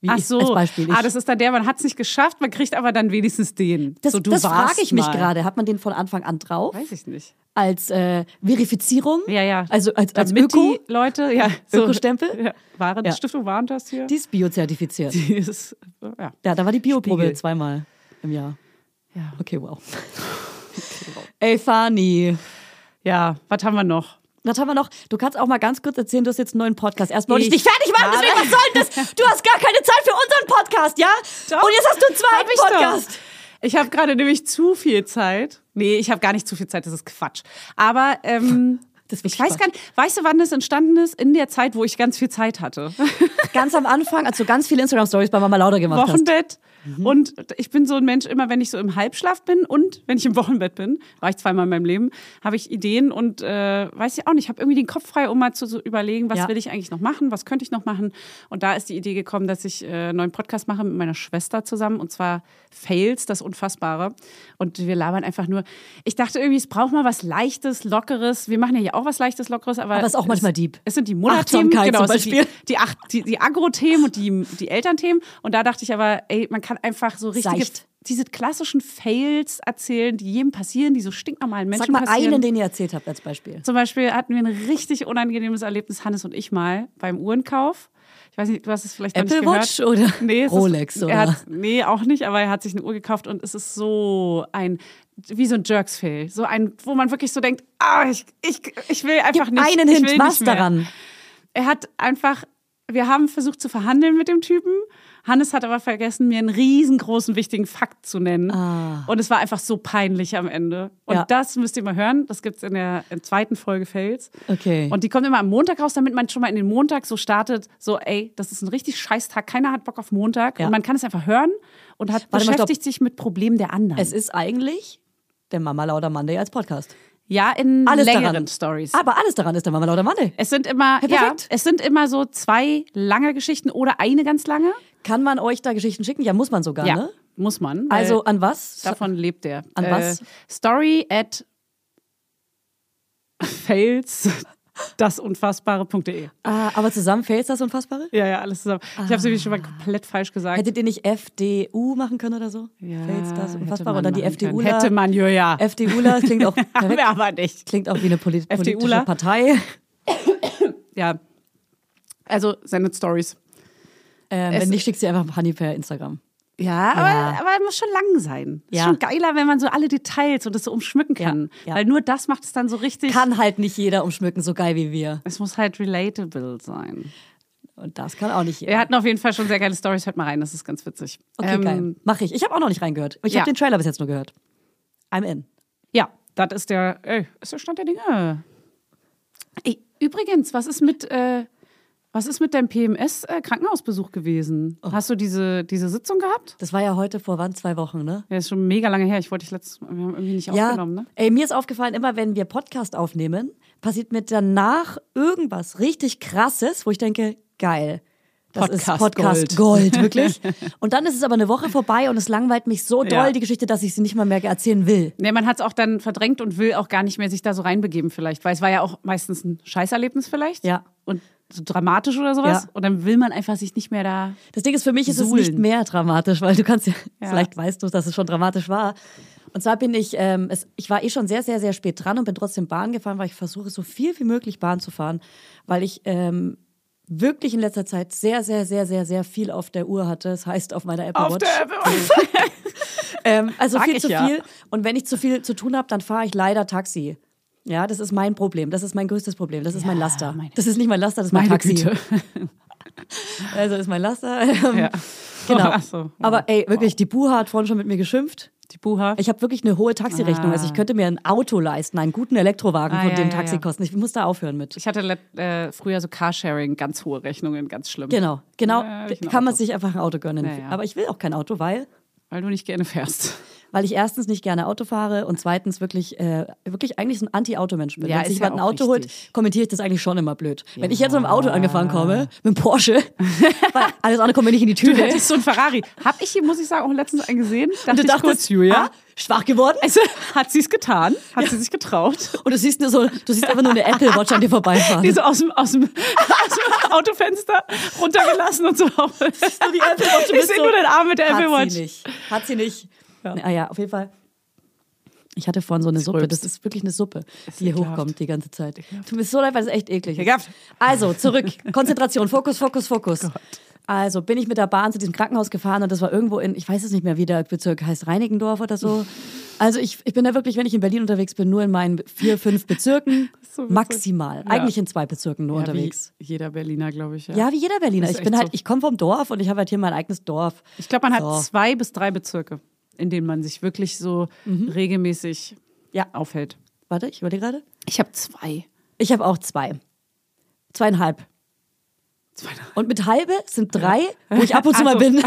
S1: Wie
S2: Ach
S1: ich
S2: so.
S1: als Beispiel. Ich,
S2: Ah, das ist dann der, man hat es nicht geschafft, man kriegt aber dann wenigstens den.
S1: das,
S2: so, du
S1: das
S2: warst
S1: frage ich mich
S2: mal.
S1: gerade. Hat man den von Anfang an drauf?
S2: Weiß ich nicht.
S1: Als äh, Verifizierung?
S2: Ja, ja.
S1: Also als, als
S2: Damit
S1: Öko?
S2: die Leute, ja. So,
S1: Ökostempel?
S2: Ja, Waren,
S1: Ja.
S2: Stiftung Warentest hier.
S1: Die ist biozertifiziert.
S2: Die ist, äh, ja.
S1: Ja, da war die Bioprobe
S2: Spiegel.
S1: zweimal im Jahr.
S2: Ja.
S1: Okay, wow. Ey, Fani.
S2: ja, was haben wir noch?
S1: Was haben wir noch? Du kannst auch mal ganz kurz erzählen, du hast jetzt einen neuen Podcast. Erstmal wollte ich
S2: Ich
S1: dich fertig machen,
S2: habe-
S1: deswegen, was soll denn das? Du hast gar keine Zeit für unseren Podcast, ja? Und jetzt hast du einen
S2: Hab ich
S1: zweiten Podcast.
S2: doch. Ich habe gerade nämlich zu viel Zeit. Nee, ich habe gar nicht zu viel Zeit, das ist Quatsch. Aber ähm,
S1: Das ist
S2: Ich
S1: wirklich
S2: weiß
S1: wahr.
S2: gar nicht, weißt du, wann das entstanden ist? In der Zeit, wo ich ganz viel Zeit hatte.
S1: Ganz am Anfang, als du ganz viele Instagram-Stories bei Mama Lauter gemacht hast. Mhm.
S2: Wochenbett. Und ich bin so ein Mensch, immer wenn ich so im Halbschlaf bin und wenn ich im Wochenbett bin, war ich zweimal in meinem Leben, habe ich Ideen und äh, weiß ich auch nicht, ich habe irgendwie den Kopf frei, um mal zu so überlegen, was
S1: Ja.
S2: will ich eigentlich noch machen, was könnte ich noch machen. Und da ist die Idee gekommen, dass ich äh, einen neuen Podcast mache mit meiner Schwester zusammen und zwar Fails, das Unfassbare. Und wir labern einfach nur. Ich dachte irgendwie, es braucht mal was Leichtes, Lockeres. Wir machen ja hier auch was Leichtes, Lockeres, aber.
S1: Aber es ist auch
S2: es-
S1: manchmal deep.
S2: Es sind die Mutterthemen,
S1: Achtsamkeit
S2: genau,
S1: zum
S2: es sind die-
S1: Beispiel.
S2: die, Ach- die, die Agro-Themen und die, die Elternthemen. Und da dachte ich aber, ey, man kann einfach so richtige,
S1: Seicht.
S2: diese klassischen Fails erzählen, die jedem passieren, die so stinknormalen Menschen
S1: Sag mal
S2: passieren.
S1: einen, den ihr erzählt habt als Beispiel.
S2: Zum Beispiel hatten wir ein richtig unangenehmes Erlebnis, Hannes und ich mal, beim Uhrenkauf. Ich weiß nicht, du hast es vielleicht
S1: Apple
S2: noch nicht
S1: Watch
S2: gehört.
S1: oder
S2: nee, es
S1: Rolex
S2: ist,
S1: oder?
S2: Er hat, nee, auch nicht, aber er hat sich eine Uhr gekauft und es ist so ein, wie so ein Jerks-Fail. So ein, wo man wirklich so denkt, ah, ich, ich, ich will einfach
S1: Gib
S2: nicht.
S1: einen
S2: ich
S1: Hint,
S2: will
S1: was
S2: nicht mehr
S1: daran?
S2: er hat einfach, wir haben versucht zu verhandeln mit dem Typen. Hannes hat aber vergessen, mir einen riesengroßen, wichtigen Fakt zu nennen. Und es war einfach so peinlich am Ende. Und
S1: Ah. Ja.
S2: das müsst ihr mal hören. Das gibt's in der in der zweiten Folge Fails.
S1: Okay.
S2: Und die kommt immer am Montag raus, damit man schon mal in den Montag so startet, so ey, das ist ein richtig scheiß Tag. Keiner hat Bock auf Montag.
S1: Ja.
S2: Und man kann es einfach hören und hat
S1: Warte mal, stopp.
S2: beschäftigt sich mit Problemen der anderen.
S1: Es ist eigentlich der Mama Lauter Monday als Podcast.
S2: ja, in
S1: Alles daran.
S2: längeren Stories.
S1: Aber alles daran ist der Mama Lauter Monday.
S2: Es sind immer,
S1: Ja,
S2: ja,
S1: perfekt.
S2: es sind immer so zwei lange Geschichten oder eine ganz lange.
S1: Kann man euch da Geschichten schicken? Ja, muss man sogar,
S2: Ja, Äh,
S1: ne?
S2: muss man. weil
S1: Also an was?
S2: davon lebt er.
S1: An was?
S2: Story at fails das unfassbare.de.
S1: Ah, aber zusammen fällt das Unfassbare?
S2: Ja, ja, alles zusammen. Ich habe es nämlich schon mal komplett falsch gesagt.
S1: Hättet ihr nicht FDU machen können oder so?
S2: ja,
S1: Fällt's das
S2: hätte
S1: Unfassbare?
S2: man
S1: Und dann die
S2: machen können.
S1: FDUler.
S2: Hätte man, ja, ja.
S1: FDUler, das klingt auch
S2: Haben wir
S1: perfekt.
S2: aber nicht.
S1: Klingt auch wie eine polit politische
S2: FDUler.
S1: Partei.
S2: Ja. Also sendet Stories.
S1: Ähm,
S2: Es-
S1: wenn nicht, schickst du einfach Honey per Instagram.
S2: Ja,
S1: Ja.
S2: aber, aber muss schon lang sein. Ist
S1: Ja.
S2: schon geiler, wenn man so alle Details und das so umschmücken
S1: Ja,
S2: kann.
S1: ja.
S2: Weil nur das macht es dann so richtig.
S1: Kann halt nicht jeder umschmücken, so geil wie wir.
S2: Es muss halt relatable sein.
S1: Und das kann auch nicht jeder.
S2: Wir hatten auf jeden Fall schon sehr geile Stories. Hört mal rein, das ist ganz witzig.
S1: Okay,
S2: Ähm,
S1: geil. Mach ich. Ich habe auch noch nicht reingehört. Ich
S2: ja.
S1: habe den Trailer bis jetzt nur gehört. I'm in.
S2: Ja, das ist der, ey, ist der Stand der Dinge. Ey, übrigens, was ist mit, äh, was ist mit deinem PMS-Krankenhausbesuch äh, gewesen?
S1: Oh.
S2: Hast du diese, diese Sitzung gehabt?
S1: Das war ja heute vor wann? Zwei Wochen, ne?
S2: Ja, ist schon mega lange her. Ich wollte dich letztes Mal, wir haben irgendwie nicht
S1: Ja,
S2: aufgenommen, ne?
S1: ey, mir ist aufgefallen, immer wenn wir Podcast aufnehmen, passiert mir danach irgendwas richtig krasses, wo ich denke, geil. Das ist
S2: Podcast
S1: Podcast Gold, wirklich. Und dann ist es aber eine Woche vorbei und es langweilt mich so doll,
S2: Ja.
S1: die Geschichte, dass ich sie nicht mal mehr erzählen will.
S2: Nee, man hat es auch dann verdrängt und will auch gar nicht mehr sich da so reinbegeben vielleicht, weil es war ja auch meistens ein Scheißerlebnis vielleicht.
S1: Ja.
S2: Und so dramatisch oder sowas.
S1: Ja.
S2: Und dann will man einfach sich nicht mehr da
S1: Das Ding ist, für mich ist es
S2: Suhlen.
S1: nicht mehr dramatisch, weil du kannst ja,
S2: Ja.
S1: vielleicht weißt du, dass es schon dramatisch war. Und zwar bin ich, ähm, es, ich war eh schon sehr, sehr, sehr spät dran und bin trotzdem Bahn gefahren, weil ich versuche, so viel wie möglich Bahn zu fahren, weil ich ähm, wirklich in letzter Zeit sehr, sehr, sehr, sehr, sehr viel auf der Uhr hatte. Das heißt, auf meiner Apple Watch. Ähm, also
S2: Sag
S1: viel
S2: ich
S1: zu
S2: ja.
S1: viel. Und wenn ich zu viel zu tun habe, dann fahre ich leider Taxi. Ja, das ist mein Problem. Das ist mein größtes Problem. Das ist mein Laster.
S2: meine-
S1: Das ist nicht mein Laster, das ist mein
S2: Meine
S1: Taxi.
S2: Güte.
S1: Also ist mein Laster. Ähm,
S2: Ja.
S1: Genau.
S2: Ach so.
S1: Aber ey, wirklich, die Buha hat vorhin schon mit mir geschimpft.
S2: Die Buha.
S1: Ich habe wirklich eine hohe Taxirechnung.
S2: Ah.
S1: Also ich könnte mir ein Auto leisten, einen guten Elektrowagen
S2: Ah,
S1: von
S2: ja,
S1: dem
S2: ja,
S1: Taxi
S2: ja.
S1: kosten. Ich muss da aufhören mit.
S2: Ich hatte let- äh, früher so Carsharing, ganz hohe Rechnungen, ganz schlimm.
S1: Genau, genau.
S2: Ja, hab ich ein
S1: kann man
S2: Auto.
S1: sich einfach ein Auto gönnen.
S2: Ja, ja.
S1: Aber ich will auch kein Auto, weil
S2: Weil du nicht gerne fährst.
S1: weil ich erstens nicht gerne Auto fahre und zweitens wirklich, äh, wirklich eigentlich so ein Anti-Auto-Mensch bin.
S2: Ja,
S1: Wenn sich
S2: ist ja
S1: jemand ein
S2: auch
S1: Auto holt,
S2: richtig.
S1: kommentiere ich das eigentlich schon immer blöd. Wenn ich jetzt mit dem Auto angefahren komme, mit dem Porsche, weil alles andere kommt mir nicht in die
S2: Du
S1: Tüte.
S2: hättest so ein Ferrari. Hab ich hier, muss ich sagen, auch letztens einen gesehen. Dachte
S1: und du
S2: ich
S1: dachtest,
S2: kurz, Julia.
S1: ah, schwach geworden.
S2: Also, hat sie es getan? Hat sie sich getraut?
S1: Und du siehst, nur so, du siehst einfach nur eine Apple Watch an dir vorbeifahren.
S2: Die so aus dem, aus dem, aus dem Autofenster runtergelassen und so.
S1: nur die Apple Watch und
S2: ich
S1: bist
S2: sehe
S1: so,
S2: nur den Arm mit der Apple
S1: Hat
S2: Watch.
S1: sie nicht. Hat sie nicht. Nee, ah ja, auf jeden Fall. Ich hatte vorhin so eine Suppe. Das
S2: rülpst.
S1: ist wirklich eine Suppe, die hier
S2: ekelhaft.
S1: hochkommt die ganze Zeit. Du bist so leid, weil es echt eklig ist.
S2: Ekelhaft. Oh
S1: Also, zurück. Konzentration, Fokus, Fokus, Fokus. Also bin ich mit der Bahn zu diesem Krankenhaus gefahren und das war irgendwo in, ich weiß es nicht mehr, wie der Bezirk heißt, Reinickendorf oder so. Also ich, ich bin da wirklich, wenn ich in Berlin unterwegs bin, nur in meinen vier, fünf Bezirken.
S2: so witzig.
S1: maximal.
S2: Ja.
S1: Eigentlich in zwei Bezirken nur
S2: Ja,
S1: unterwegs.
S2: Wie jeder Berliner, glaube ich. Ja.
S1: Ja, wie jeder Berliner.
S2: Das ist
S1: Ich bin
S2: echt
S1: halt,
S2: so.
S1: ich komme vom Dorf und ich habe halt hier mein eigenes Dorf.
S2: Ich glaube, man
S1: So.
S2: hat zwei bis drei Bezirke, in denen man sich
S1: Mhm.
S2: wirklich so regelmäßig
S1: Ja.
S2: aufhält.
S1: Warte, ich überlege gerade.
S2: Ich habe zwei.
S1: Ich habe auch zwei. Zweieinhalb.
S6: Zweieinhalb.
S1: Und mit halbe sind drei, wo ich ab und zu mal bin.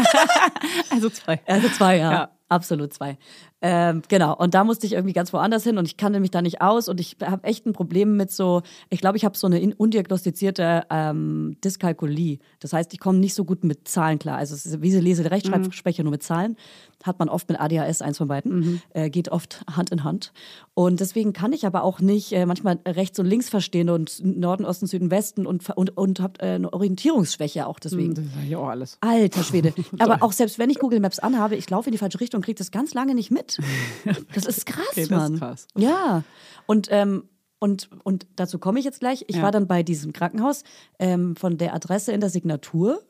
S6: Also zwei.
S1: Also zwei, ja.
S6: Ja.
S1: Absolut zwei. Ähm, genau. Und da musste ich irgendwie ganz woanders hin und ich kannte mich da nicht aus und ich habe echt ein Problem mit so, ich glaube, ich habe so eine in- undiagnostizierte ähm, Dyskalkulie. Das heißt, ich komme nicht so gut mit Zahlen klar. Also es ist wie sie lese, Rechtschreibschwäche nur mit Zahlen. Hat man oft mit ADHS eins von beiden. Äh, geht oft Hand in Hand. Und deswegen kann ich aber auch nicht äh, manchmal rechts und links verstehen und Norden, Osten, Süden, Westen und, und, und habe äh, eine Orientierungsschwäche auch
S2: Mhm.
S1: deswegen.
S6: Das sag ich auch alles.
S1: Alter Schwede. Aber auch selbst wenn ich Google Maps anhabe, ich laufe in die falsche Richtung und kriege das ganz lange nicht mit. Das ist krass,
S6: Okay, das ist
S1: Mann.
S6: krass.
S1: Ja. Und, ähm, und, und dazu komme ich jetzt gleich. Ich
S6: Ja.
S1: war dann bei diesem Krankenhaus ähm, von der Adresse in der Signatur.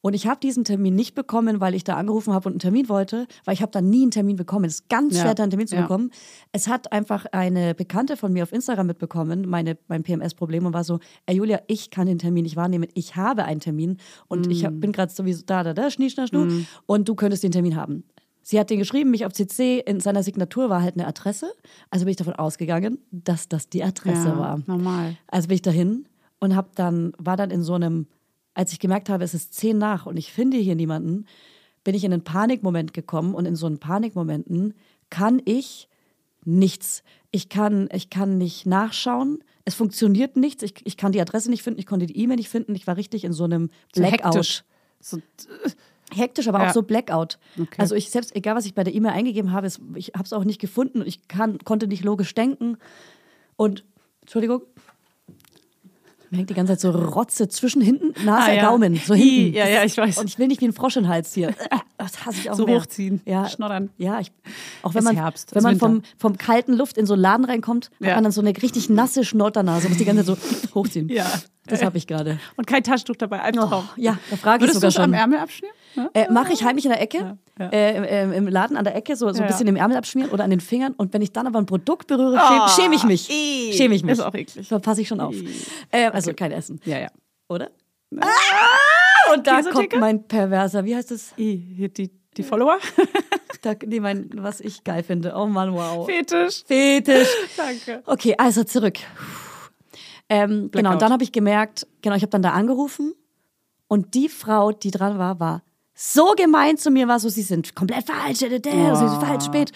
S1: Und ich habe diesen Termin nicht bekommen, weil ich da angerufen habe und einen Termin wollte, weil ich habe da nie einen Termin bekommen. Es ist ganz
S6: Ja.
S1: schwer, da einen Termin zu
S6: Ja.
S1: bekommen. Es hat einfach eine Bekannte von mir auf Instagram mitbekommen, meine, mein PMS-Problem, und war so, ey Julia, ich kann den Termin nicht wahrnehmen. Ich habe einen Termin und ich
S6: Mm.
S1: hab, bin gerade sowieso da, da, da, schnie, schna, schnu. Und du könntest den Termin haben. Sie hat den geschrieben, mich auf CC, in seiner Signatur war halt eine Adresse. Also bin ich davon ausgegangen, dass das die Adresse
S6: Ja,
S1: war.
S6: normal.
S1: Also bin ich dahin und hab dann, war dann in so einem, als ich gemerkt habe, es ist zehn nach und ich finde hier niemanden, bin ich in einen Panikmoment gekommen und in so einen Panikmomenten kann ich nichts. Ich kann, ich kann nicht nachschauen. Es funktioniert nichts. Ich, ich kann die Adresse nicht finden. Ich konnte die E-Mail nicht finden. Ich war richtig in so einem Blackout.
S6: Hektisch. So,
S1: Hektisch, aber
S6: Ja.
S1: auch so Blackout. Also ich selbst, egal was ich bei der E-Mail eingegeben habe, es, ich habe es auch nicht gefunden. Ich kann, konnte nicht logisch denken. Und, Entschuldigung, mir hängt die ganze Zeit so Rotze zwischen hinten, Nase,
S6: Ah, ja.
S1: Gaumen, so
S6: Ih,
S1: hinten.
S6: ja,
S1: Das-
S6: ja, ich weiß.
S1: Und ich will nicht wie ein Frosch im Hals hier. Das hasse ich auch
S6: So
S1: mehr.
S6: hochziehen,
S1: ja,
S6: schnoddern.
S1: Ja, ich, auch
S6: Ist
S1: wenn man,
S6: Herbst,
S1: wenn
S6: ist
S1: man vom,
S6: Winter.
S1: vom kalten Luft in so einen Laden reinkommt,
S6: Ja.
S1: hat man dann so eine richtig nasse Schnotternase, muss die ganze Zeit so hochziehen.
S6: Ja.
S1: Das habe ich gerade.
S6: und kein Taschentuch dabei, Albtraum.
S1: Oh, ja, da frage ich
S6: Würdest du
S1: sogar
S6: es
S1: schon.
S6: am Ärmel abschmieren? Ne? Ja?
S1: Äh, Mache ich heimlich in der Ecke,
S6: Ja, ja.
S1: Äh, im- im, im Laden an der Ecke, so, so
S6: Ja,
S1: ein bisschen
S6: ja.
S1: im Ärmel abschmieren oder an den Fingern. Und wenn ich dann aber ein Produkt berühre, schäme, schäme ich mich.
S6: ih.
S1: Schäme ich mich.
S6: Ah, Ist auch eklig.
S1: Da passe ich schon auf. Äh, also kein Essen,
S6: Ja, ja.
S1: oder? Ah! Und da
S6: Käsetheke?
S1: kommt mein perverser, wie heißt es?
S6: Die, die, die Follower?
S1: Da, nee, mein, was ich geil finde. Oh Mann, wow.
S6: Fetisch.
S1: Fetisch.
S6: Danke.
S1: Okay, also zurück. Ähm, genau, und dann habe ich gemerkt, genau, ich habe dann da angerufen und die Frau, die dran war, war so gemein zu mir, war so, sie sind komplett falsch, äh, äh, äh, sie sind falsch spät.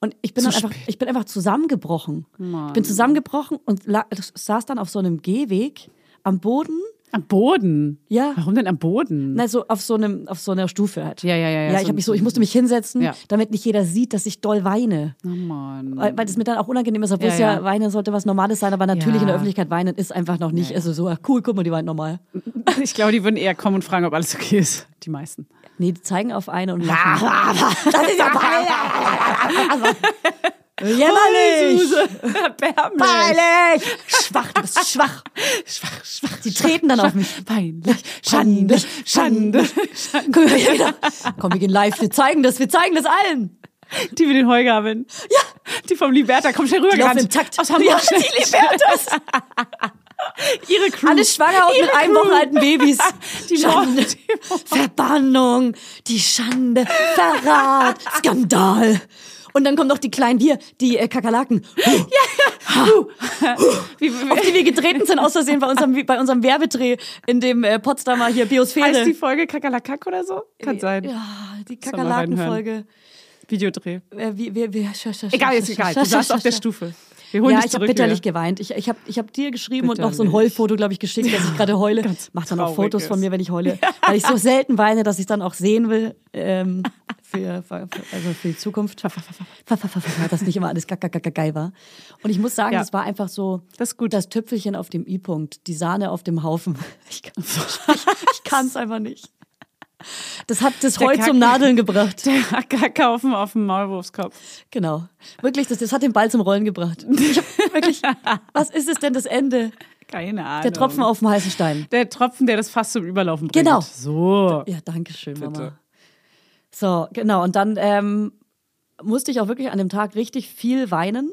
S1: Und ich bin, dann einfach, ich bin einfach zusammengebrochen. Ich bin zusammengebrochen und la- saß dann auf so einem Gehweg am Boden.
S6: Am Boden?
S1: Ja.
S6: Warum denn am Boden?
S1: Na, so auf so einem, auf so einer Stufe halt.
S6: Ja, ja, ja, ja,
S1: Ja,
S6: so
S1: ich,
S6: ein-
S1: hab mich so, ich musste mich hinsetzen,
S6: Ja.
S1: damit nicht jeder sieht, dass ich doll weine.
S6: Oh Mann.
S1: Weil weil das mir dann auch unangenehm ist, obwohl
S6: Ja,
S1: es ja,
S6: ja.
S1: weinen sollte was Normales sein, aber natürlich
S6: Ja.
S1: in der Öffentlichkeit weinen ist einfach noch nicht. Also so, ach cool, guck mal, die weint normal.
S6: Ich glaube, die würden eher kommen und fragen, ob alles okay ist. Die meisten.
S1: Nee, die zeigen auf eine und lachen. das ist ja peinlich. Jämmerlich!
S6: Erbärmlich.
S1: Peinlich! Schwach, du bist schwach.
S6: Schwach, schwach.
S1: Die treten dann auf mich.
S6: Peinlich. Schande. Schande. Schande.
S1: Komm, wir, gehen wieder. Komm, wir gehen live, wir zeigen das, wir zeigen das allen.
S6: Die mit den Heugaben. Ja. Die vom Liberta. Komm schnell rüber.
S1: Die laufen im Takt.
S6: Aus Hamburg.
S1: Ja,
S6: schnell.
S1: die Libertas.
S6: Ihre Crew.
S1: Alle schwanger und
S6: Ihre
S1: mit einem
S6: Crew.
S1: Wochen alten Babys.
S6: Die
S1: Schande.
S6: Mord.
S1: Verbannung. Die Schande. Verrat. Skandal. Und dann kommen noch die kleinen hier, die äh, Kakerlaken. Huh.
S6: Wie,
S1: auf
S6: wie,
S1: die wir getreten sind, aus Versehen bei unserem, bei unserem Werbedreh in dem äh, Potsdamer hier Biosphäre.
S6: heißt die Folge Kakalakak oder so? Kann sein.
S1: Ja, die
S6: Soll mal reinhören.
S1: Kakerlakenfolge.
S6: Videodreh.
S1: Äh, wie, wie, wie, sch, sch, sch,
S6: Egal,
S1: sch,
S6: ist
S1: sch,
S6: egal.
S1: sch,
S6: Du
S1: sch,
S6: saßt
S1: sch,
S6: auf der
S1: sch.
S6: Stufe. Wir holen
S1: Ja,
S6: dich
S1: ich habe
S6: zurück.
S1: bitterlich
S6: Julia.
S1: geweint. Ich, ich habe ich hab dir geschrieben und noch so ein
S6: Bitterlich.
S1: Heulfoto, glaube ich, geschickt, dass ich gerade heule. Mach dann auch
S6: traurig
S1: Fotos
S6: ist.
S1: von mir, wenn ich heule. Weil ich so selten weine, dass ich dann auch sehen will. Ähm, für, für, also für die Zukunft. dass nicht immer alles gaga, gaga, geil war. Und ich muss sagen,
S6: Ja.
S1: das war einfach so
S6: Das ist gut.
S1: das Tüpfelchen auf dem I-Punkt, die Sahne auf dem Haufen. Ich kann ich kann's einfach nicht. Das hat das
S6: Der
S1: Heu
S6: Kack-
S1: zum Nadeln gebracht.
S6: Der Kackhaufen auf dem Maulwurfskopf.
S1: Genau. Wirklich, das, das hat den Ball zum Rollen gebracht. Ich hab, wirklich, was ist es denn das Ende?
S6: Keine Ahnung.
S1: Der Tropfen auf dem heißen Stein.
S6: Der Tropfen, der das Fass zum Überlaufen bringt.
S1: Genau.
S6: So.
S1: Ja, danke schön, Mama.
S6: Bitte.
S1: So, genau. Und dann ähm, musste ich auch wirklich an dem Tag richtig viel weinen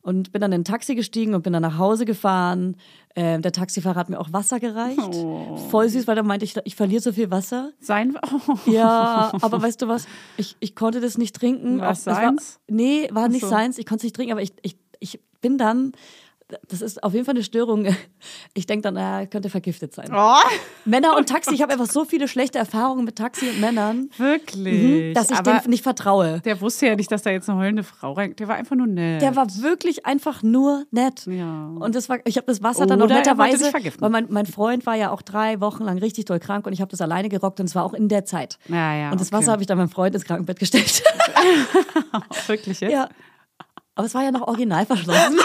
S1: und bin dann in ein Taxi gestiegen und bin dann nach Hause gefahren. Ähm, der Taxifahrer hat mir auch Wasser gereicht.
S6: Oh.
S1: Voll süß, weil er meinte, ich, ich verliere so viel Wasser.
S6: Sein. Oh.
S1: Ja, aber weißt du was? Ich, ich konnte das nicht trinken.
S6: War's
S1: Auch- es
S6: seins?
S1: War, nee, war nicht
S6: so.
S1: seins. Ich konnte es nicht trinken, aber ich, ich, ich bin dann das ist auf jeden Fall eine Störung. Ich denke dann, er könnte vergiftet sein.
S6: Oh,
S1: Männer und Taxi, ich habe einfach so viele schlechte Erfahrungen mit Taxi und Männern, mhm,
S6: wirklich.
S1: dass ich
S6: Aber
S1: dem nicht vertraue.
S6: der wusste ja nicht, dass da jetzt eine heulende Frau rein. Der war einfach nur nett.
S1: Der war wirklich einfach nur nett.
S6: Ja.
S1: Und das war, ich habe das Wasser dann auch
S6: Oder er wollte
S1: netterweise,
S6: dich vergiften.
S1: weil mein, mein Freund war ja auch drei Wochen lang richtig doll krank und ich habe das alleine gerockt und es war auch in der Zeit.
S6: Ja, ja,
S1: und das
S6: okay.
S1: Wasser habe ich dann meinem Freund ins Krankenbett gestellt.
S6: wirklich jetzt.
S1: ja. Aber es war ja noch original verschlossen.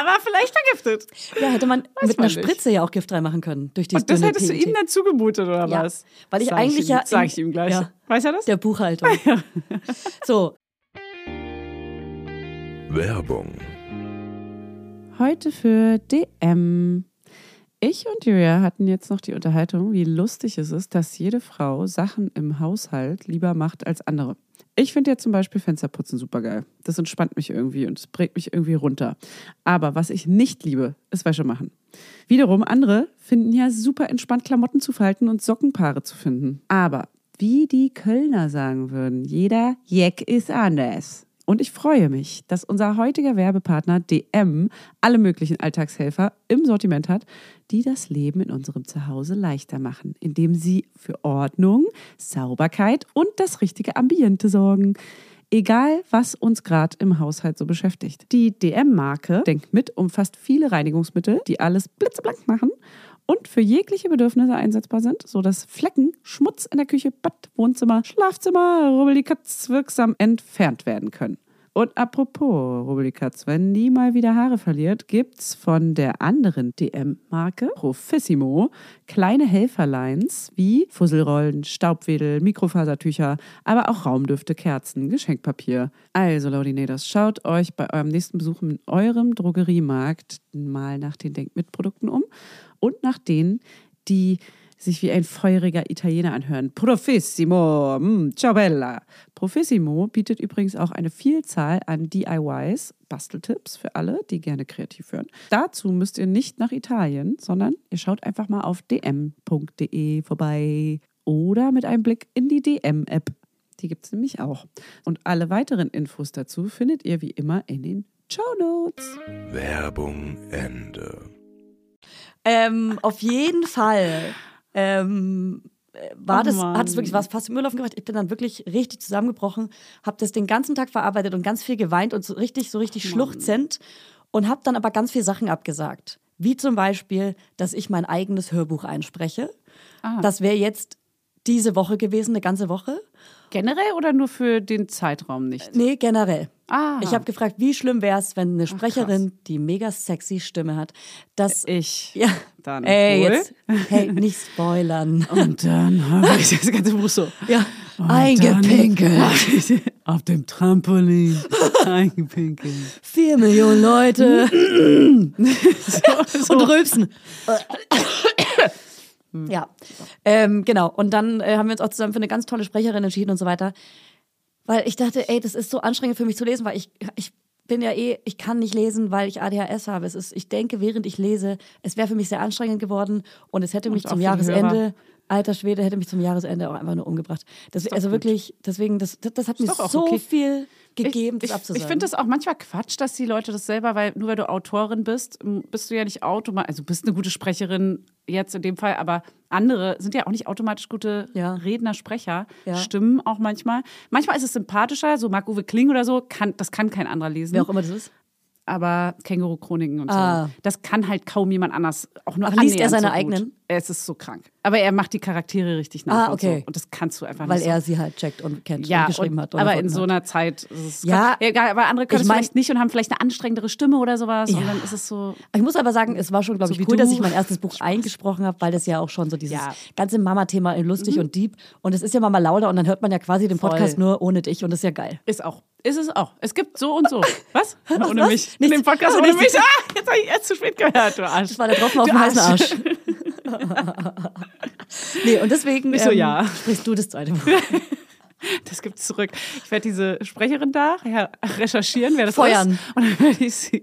S6: Aber vielleicht vergiftet.
S1: Ja, hätte man mit
S6: man
S1: einer
S6: nicht.
S1: Spritze ja auch giftfrei machen können. Durch dieses
S6: Und das
S1: dünne
S6: hättest du
S1: TNT.
S6: ihm dann zugemutet, oder
S1: Ja,
S6: was?
S1: weil ich
S6: Sag
S1: eigentlich
S6: ihm,
S1: ja
S6: Sag
S1: in-
S6: ich ihm gleich.
S1: Ja.
S6: Weiß er das?
S1: Der Buchhaltung. So,
S3: Werbung,
S2: Heute für DM. Ich und Julia hatten jetzt noch die Unterhaltung, wie lustig es ist, dass jede Frau Sachen im Haushalt lieber macht als andere. Ich finde ja zum Beispiel Fensterputzen super geil. Das entspannt mich irgendwie und es bringt mich irgendwie runter. Aber was ich nicht liebe, ist Wäsche machen. Wiederum, andere finden ja super entspannt, Klamotten zu falten und Sockenpaare zu finden. Aber wie die Kölner sagen würden, jeder Jeck ist anders. Und ich freue mich, dass unser heutiger Werbepartner DM alle möglichen Alltagshelfer im Sortiment hat, die das Leben in unserem Zuhause leichter machen, indem sie für Ordnung, Sauberkeit und das richtige Ambiente sorgen. Egal, was uns gerade im Haushalt so beschäftigt. Die DM-Marke denkt mit, umfasst viele Reinigungsmittel, die alles blitzeblank machen und für jegliche Bedürfnisse einsetzbar sind, sodass Flecken, Schmutz in der Küche, Bad, Wohnzimmer, Schlafzimmer, Rubelikatz wirksam entfernt werden können. Und apropos Rubelikatz, wenn die mal wieder Haare verliert, gibt's von der anderen DM-Marke Profissimo kleine Helferlines wie Fusselrollen, Staubwedel, Mikrofasertücher, aber auch Raumdüfte, Kerzen, Geschenkpapier. Also, Laudinators, schaut euch bei eurem nächsten Besuch in eurem Drogeriemarkt mal nach den Denkmitprodukten um und nach denen, die sich wie ein feuriger Italiener anhören. Profissimo, mm, ciao bella. Profissimo bietet übrigens auch eine Vielzahl an DIYs, Basteltipps für alle, die gerne kreativ hören. Dazu müsst ihr nicht nach Italien, sondern ihr schaut einfach mal auf dm.de e vorbei oder mit einem Blick in die DM-App. Die gibt es nämlich auch. Und alle weiteren Infos dazu findet ihr wie immer in den Show Notes.
S3: Werbung, Ende.
S1: ähm, auf jeden Fall ähm, äh, war
S6: Oh
S1: das,
S6: Mann.
S1: hat es wirklich was fast im Urlaub gemacht. Ich bin dann wirklich richtig zusammengebrochen, habe das den ganzen Tag verarbeitet und ganz viel geweint und so richtig, so
S6: Oh
S1: richtig schluchzend und habe dann aber ganz viele Sachen abgesagt. Wie zum Beispiel, dass ich mein eigenes Hörbuch einspreche.
S6: Ah.
S1: Das wäre jetzt diese Woche gewesen, eine ganze Woche.
S6: Generell oder nur für den Zeitraum nicht?
S1: Nee, generell.
S6: Ah.
S1: Ich habe gefragt, wie schlimm wäre es, wenn eine Sprecherin, die mega sexy Stimme hat, dass
S6: Äh, Ich.
S1: ja,
S6: Dann
S1: ey,
S6: wohl.
S1: jetzt, hey, nicht spoilern. Oh,
S2: Und dann habe ich das ganze Buch so
S1: Ja,
S2: Und
S1: eingepinkelt.
S2: dann- Auf dem Trampolin. Eingepinkelt.
S1: Vier Millionen Leute. Und rülpsen. ja, ähm, genau. Und dann äh, haben wir uns auch zusammen für eine ganz tolle Sprecherin entschieden und so weiter. Weil ich dachte, ey, das ist so anstrengend für mich zu lesen, weil ich, ich bin ja eh, ich kann nicht lesen, weil ich ADHS habe. Es ist, ich denke, während ich lese, es wäre für mich sehr anstrengend geworden und es hätte mich
S6: auch
S1: zum
S6: für die
S1: Jahresende,
S6: Hörer.
S1: alter Schwede, hätte mich zum Jahresende auch einfach nur umgebracht. Das, also wirklich, deswegen, das, das, das hat mir
S6: doch auch
S1: so
S6: okay.
S1: viel gegeben,
S6: ich,
S1: das
S6: ich,
S1: abzusagen.
S6: ich finde das auch manchmal Quatsch, dass die Leute das selber, weil nur weil du Autorin bist, m- bist du ja nicht automatisch, also bist eine gute Sprecherin jetzt in dem Fall, aber andere sind ja auch nicht automatisch gute
S1: Ja.
S6: Redner, Sprecher,
S1: Ja.
S6: Stimmen auch manchmal. Manchmal ist es sympathischer, so Marc-Uwe Kling oder so, kann, das kann kein anderer lesen.
S1: Wer auch immer das ist.
S6: aber Känguru-Chroniken und so.
S1: Ah.
S6: Das kann halt kaum jemand anders. Auch nur
S1: Ach, liest er
S6: annähernd
S1: seine
S6: so gut.
S1: eigenen?
S6: Es ist so krank. Aber er macht die Charaktere richtig nach
S1: Ah,
S6: und
S1: okay.
S6: so. Und das kannst du einfach
S1: Weil
S6: nicht.
S1: er sie halt checkt und kennt
S6: so. ja,
S1: und geschrieben
S6: und,
S1: hat. ne? und
S6: aber in
S1: erfunden
S6: so einer Zeit. Ist es krank.
S1: Ja.
S6: egal, aber andere können
S1: Ich
S6: es
S1: mein-
S6: vielleicht nicht und haben vielleicht eine anstrengendere Stimme oder sowas. Und
S1: Ja.
S6: dann ist es so.
S1: hat. Ich muss aber sagen, es war schon, glaube
S6: So wie
S1: ich, cool, dass
S6: du.
S1: ich mein erstes Buch eingesprochen habe, weil das ja auch schon so dieses
S6: Ja. Mhm.
S1: ganze Mama-Thema in lustig und deep. Und es ist ja Mama Lauda und dann hört man ja quasi den Podcast
S6: Voll.
S1: nur ohne dich und das ist ja geil.
S6: Ist auch. Ist es auch. Es gibt so und so. Was? Ohne
S1: was?
S6: mich. In
S1: Nichts.
S6: dem Podcast
S1: Ah,
S6: ohne
S1: nichts.
S6: mich. Ah, jetzt habe ich erst zu spät gehört, du Arsch.
S1: Das war der Tropfen auf
S6: Du
S1: dem heißen Arsch. nee, ähm, und deswegen
S6: Nicht so, ja.
S1: sprichst du das zweite Buch.
S2: Das gibt's zurück. Ich werde diese Sprecherin da ja, recherchieren, wer das
S1: Feuern.
S2: ist. Und dann werde ich, sie,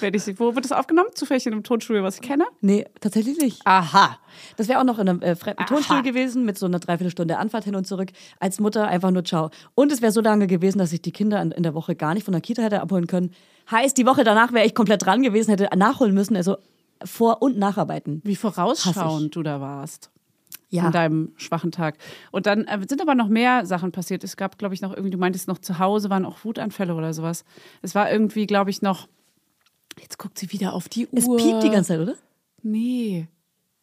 S2: werde ich sie. Wo wird das aufgenommen? Zufällig in einem Tonstudio, was ich kenne?
S1: Nee, tatsächlich nicht.
S2: Aha.
S1: Das wäre auch noch in einem äh, fremden
S2: Aha.
S1: Tonstuhl gewesen, mit so einer Dreiviertelstunde Anfahrt hin und zurück. Als Mutter einfach nur Ciao. Und es wäre so lange gewesen, dass ich die Kinder in, in der Woche gar nicht von der Kita hätte abholen können. Heißt, die Woche danach wäre ich komplett dran gewesen, hätte nachholen müssen, also vor- und nacharbeiten.
S2: Wie
S1: Hasse
S2: vorausschauend du da warst.
S1: Ja.
S2: An deinem schwachen Tag. Und dann äh, sind aber noch mehr Sachen passiert. Es gab, glaube ich, noch irgendwie, du meintest noch zu Hause waren auch Wutanfälle oder sowas. Es war irgendwie, glaube ich, noch. Jetzt guckt sie wieder auf die Uhr.
S1: Es piept die ganze Zeit, oder?
S2: Nee.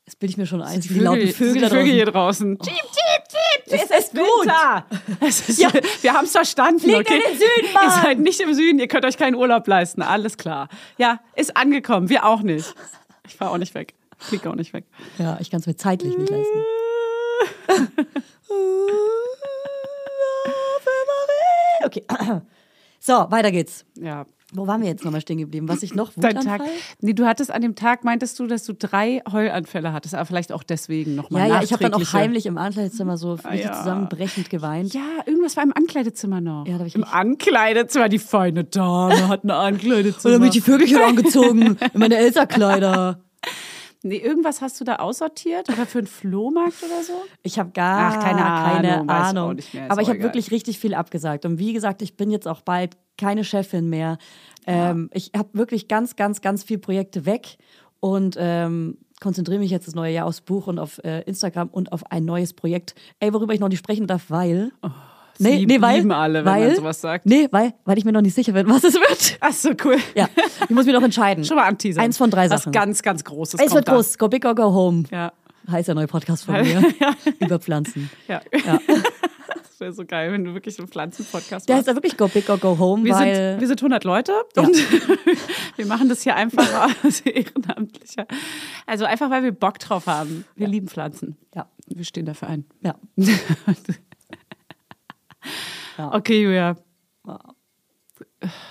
S1: Das bilde ich mir schon ein.
S2: Das
S1: Die,
S2: sind
S1: lauten Vögel da
S2: das sind die Vögel hier
S1: draußen.
S2: draußen. Oh. Jeep, jeep, jeep.
S1: Es ist
S2: Winter. Es ist,
S1: Ja.
S2: Wir haben es verstanden.
S1: Fliegt in
S2: okay?
S1: den Süden, Mann.
S2: Ihr seid nicht im Süden, ihr könnt euch keinen Urlaub leisten. Alles klar. Ja, ist angekommen. Wir auch nicht. Ich fahre auch nicht weg. Fliege auch nicht weg.
S1: Ja, ich kann es mir zeitlich nicht leisten. Okay. So, weiter geht's.
S2: Ja.
S1: Wo waren wir jetzt nochmal stehen geblieben? Was ich noch
S2: Dein
S1: Wutanfall?
S2: Tag. Nee, du hattest an dem Tag, meintest du, dass du drei Heulanfälle hattest, aber vielleicht auch deswegen
S1: Ja,
S2: nochmal.
S1: ja, ich habe dann auch
S2: nachträgliche.
S1: heimlich im Ankleidezimmer so richtig
S2: ja.
S1: zusammenbrechend geweint.
S2: Ja, irgendwas war im Ankleidezimmer noch.
S1: Ja, da hab ich
S2: Im
S1: mich-
S2: Ankleidezimmer, die feine Dame hat ein Ankleidezimmer.
S1: Und dann bin ich die Vögelchen angezogen in meine Elsa-Kleider.
S2: Nee, irgendwas hast du da aussortiert oder für einen Flohmarkt oder so?
S1: Ich habe gar
S2: Ach, keine
S1: keine
S2: Ahnung, weiß ich auch
S1: Ahnung.
S2: nicht mehr, ist
S1: Aber ich
S2: auch
S1: habe
S2: egal.
S1: wirklich richtig viel abgesagt. Und wie gesagt, ich bin jetzt auch bald keine Chefin mehr. Ähm, Ich habe wirklich ganz, ganz, ganz viel Projekte weg und ähm, konzentriere mich jetzt das neue Jahr aufs Buch und auf äh, Instagram und auf ein neues Projekt. Ey, worüber ich noch nicht sprechen darf, weil.
S2: Sie Oh, lieben alle, wenn man sowas sagt.
S1: Nee, weil, weil ich mir noch nicht sicher bin, was es wird.
S2: Ach so, cool.
S1: Ja, ich muss mich noch entscheiden.
S2: Schon mal anteasern.
S1: Eins von drei Sachen.
S2: Was ganz, ganz Großes
S1: es
S2: kommt
S1: wird groß. Go big or go home.
S2: Da. Ja.
S1: Heißt der neue Podcast von mir. Über Pflanzen.
S2: Ja. Das wäre so geil, wenn du wirklich so einen Pflanzenpodcast
S1: Der heißt
S2: machst.
S1: ja wirklich Go big or go home,
S2: Wir
S1: weil.
S2: sind, wir sind 100 Leute und wir machen das hier einfach als Ehrenamtlicher. Also einfach, weil wir Bock drauf haben. Wir lieben Pflanzen.
S1: Ja.
S2: Wir stehen dafür ein.
S1: ja.
S2: Okay, Julia.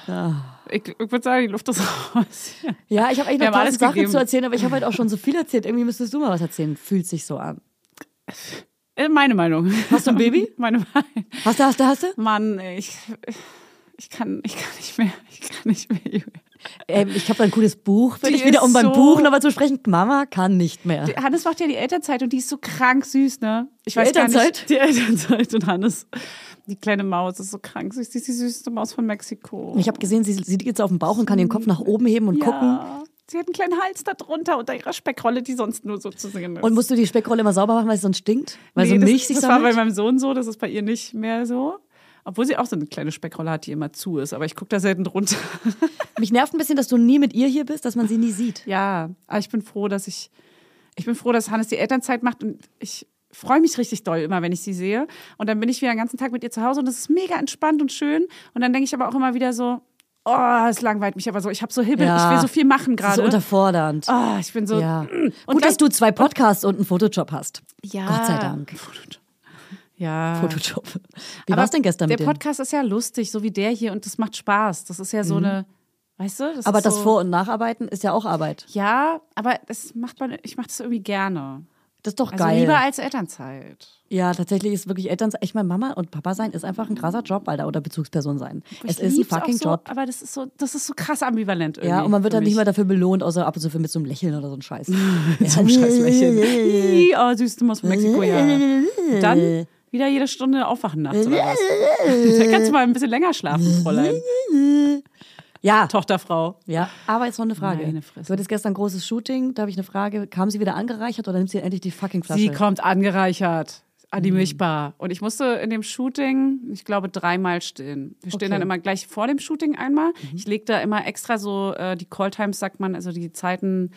S1: Ja.
S2: Ich, ich würde sagen, die Luft ist raus.
S1: Ja, ich habe eigentlich
S2: Wir
S1: noch
S2: haben alles
S1: tausend Sachen
S2: gegeben.
S1: zu erzählen, aber ich habe halt auch schon so viel erzählt. Irgendwie müsstest du mal was erzählen. Fühlt sich so an.
S2: Äh, Meine Meinung.
S1: Hast du ein Baby?
S2: Meine Meinung.
S1: Hast du, hast du, hast du?
S2: Mann, ey, ich, ich, kann, ich kann nicht mehr. Ich kann nicht mehr, Julia.
S1: Ähm, ich habe da ein cooles Buch. Wenn
S2: Die
S1: ich wieder, um
S2: ist
S1: beim
S2: so-
S1: Buch nochmal zu sprechen, Mama kann nicht mehr.
S2: Die- Hannes macht ja die Elternzeit und die ist so krank süß, ne? Ich
S1: Die Elternzeit?
S2: Gar nicht, die Elternzeit und Hannes. Die kleine Maus ist so krank süß. Die ist die süßeste Maus von Mexiko.
S1: Ich habe gesehen, sie, sie liegt jetzt auf dem Bauch und kann den Kopf nach oben heben und
S2: ja.
S1: gucken.
S2: Sie hat einen kleinen Hals da drunter unter ihrer Speckrolle, die sonst nur so zu sehen ist.
S1: Und musst du die Speckrolle immer sauber machen, weil es sonst stinkt? Weil so
S2: das,
S1: Milch sich
S2: Das war bei
S1: sammelt?
S2: meinem Sohn so, das ist bei ihr nicht mehr so. Obwohl sie auch so eine kleine Speckrolle hat, die immer zu ist. Aber ich gucke da selten drunter.
S1: Mich nervt ein bisschen, dass du nie mit ihr hier bist, dass man sie nie sieht.
S2: Ja, aber ich bin froh, dass ich, ich bin froh, dass Hannes die Elternzeit macht und ich freue mich richtig doll immer, wenn ich sie sehe. Und dann bin ich wieder den ganzen Tag mit ihr zu Hause und das ist mega entspannt und schön. Und dann denke ich aber auch immer wieder so, oh, es langweilt mich aber so. Ich habe so Hibbel,
S1: Ja.
S2: ich will so viel machen
S1: Das ist so
S2: gerade.
S1: unterfordernd.
S2: Ah, ich bin so.
S1: ja.
S2: Und
S1: Gut,
S2: dann-
S1: dass du zwei Podcasts und einen Fotojob hast.
S2: Ja.
S1: Gott sei Dank.
S2: Ja.
S1: Fotojob. Wie war es denn gestern
S2: der
S1: mit dem?
S2: Podcast ist ja lustig, so wie der hier, und das macht Spaß. Das ist ja so eine, weißt du?
S1: Mhm. Aber
S2: ist
S1: das
S2: so,
S1: Vor- und Nacharbeiten ist ja auch Arbeit.
S2: Ja, aber das macht man, ich mache das irgendwie gerne.
S1: Das ist doch
S2: Also
S1: geil.
S2: lieber als Elternzeit.
S1: ja, tatsächlich ist wirklich Eltern. Ich meine, Mama und Papa sein ist einfach ein krasser Job, Alter, oder Bezugsperson sein.
S2: Ich
S1: es ist ein
S2: lieb's
S1: fucking
S2: auch so,
S1: Job.
S2: Aber das ist so, das ist so krass ambivalent irgendwie.
S1: Ja, und man wird
S2: für
S1: dann nicht
S2: mich.
S1: mal dafür belohnt, außer ab und zu für mit so einem Lächeln oder so einem Scheiß.
S2: zum scheiß Lächeln. Ih, oh, süße Maus von Mexiko, ja. Und dann wieder jede Stunde aufwachen nachts oder was. Da kannst du mal ein bisschen länger schlafen, Fräulein.
S1: Ja,
S2: Tochterfrau.
S1: ja. Aber jetzt noch eine Frage.
S2: Meine Fresse.
S1: Du hattest gestern ein großes Shooting, da habe ich eine Frage. Kam sie wieder angereichert oder nimmt sie endlich die fucking Flasche?
S2: Sie kommt angereichert an
S1: Mhm.
S2: die Milchbar. Und ich musste in dem Shooting, ich glaube, dreimal stillen. Wir stehen
S1: Okay. Mhm.
S2: dann immer gleich vor dem Shooting einmal. Ich lege da immer extra so äh, die Calltimes, sagt man, also die Zeiten,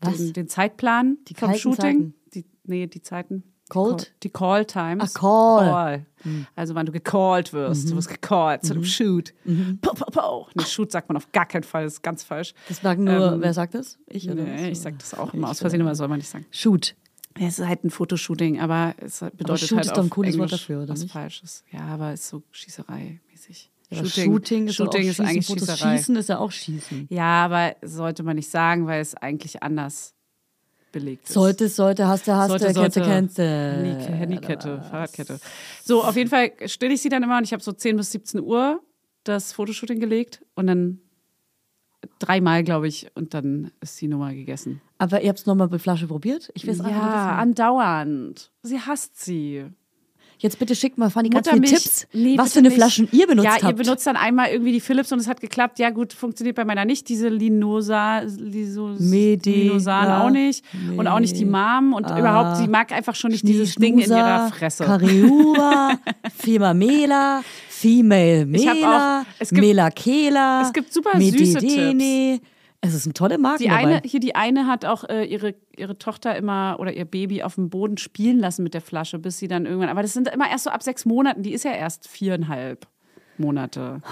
S1: Was?
S2: Den, den Zeitplan die vom
S1: kalten
S2: Shooting.
S1: Zeiten?
S2: Die, nee, die Zeiten.
S1: Called?
S2: Die Call Times.
S1: Ah, Call. Mhm.
S2: Call. Also wann du gecallt wirst. Du wirst gecallt zu dem Shoot.
S1: Mhm.
S2: Po, po, po. Nee, Shoot sagt man auf gar keinen Fall, das ist ganz falsch.
S1: das sagen nur,
S2: Ähm,
S1: wer sagt das? Ich oder
S2: Nee,
S1: was?
S2: ich sag das auch immer aus Versehen, aber soll man nicht sagen.
S1: Shoot.
S2: Ja, es ist halt ein Fotoshooting, aber es bedeutet
S1: Shoot
S2: halt
S1: ist doch ein
S2: auf
S1: cooles Wort
S2: Englisch
S1: dafür, oder
S2: was
S1: nicht?
S2: Falsches. Ja, aber ist so Schießerei-mäßig.
S1: Ja, aber Shooting ist, doch auch schießen.
S2: eigentlich
S1: Fotos
S2: Schießerei.
S1: Schießen ist ja auch Schießen.
S2: Ja, aber sollte man nicht sagen, weil es eigentlich anders belegt ist.
S1: Sollte, sollte, hast du, hast
S2: Sollte,
S1: du,
S2: sollte.
S1: kennst du, kennst
S2: Handy-
S1: du.
S2: Handykette, Fahrradkette. So, auf jeden Fall stelle ich sie dann immer und ich habe so 10 bis 17 Uhr das Fotoshooting gelegt und dann dreimal, glaube ich, und dann ist die Nummer gegessen.
S1: Aber ihr habt es nochmal mit Flasche probiert? Ich weiß einfach nicht.
S2: Ja, andauernd. Sie hasst sie.
S1: Jetzt bitte schickt mal Fanny ganz viele
S2: Muttermilch-
S1: Tipps,
S2: Nee,
S1: was
S2: bitte
S1: für eine
S2: nicht.
S1: Flaschen ihr benutzt
S2: Ja,
S1: habt.
S2: ihr benutzt dann einmal irgendwie die Philips und es hat geklappt. Ja gut, funktioniert bei meiner nicht. Diese Linosa, Lisos,
S1: Medi-
S2: Linosan
S1: ja.
S2: auch nicht. Und auch nicht die Mom. Und überhaupt, sie mag einfach schon nicht dieses Ding in ihrer Fresse.
S1: Kariuba, Fema Mela, Female
S2: Ich hab auch-
S1: Mela,
S2: es gibt-
S1: Mela Kela.
S2: es gibt super süße
S1: Mededene. Es ist eine tolle Marke
S2: Die eine,
S1: dabei.
S2: hier die eine hat auch äh, ihre, ihre Tochter immer oder ihr Baby auf dem Boden spielen lassen mit der Flasche, bis sie dann irgendwann. Aber das sind immer erst so ab sechs Monaten. Die ist ja erst viereinhalb Monate.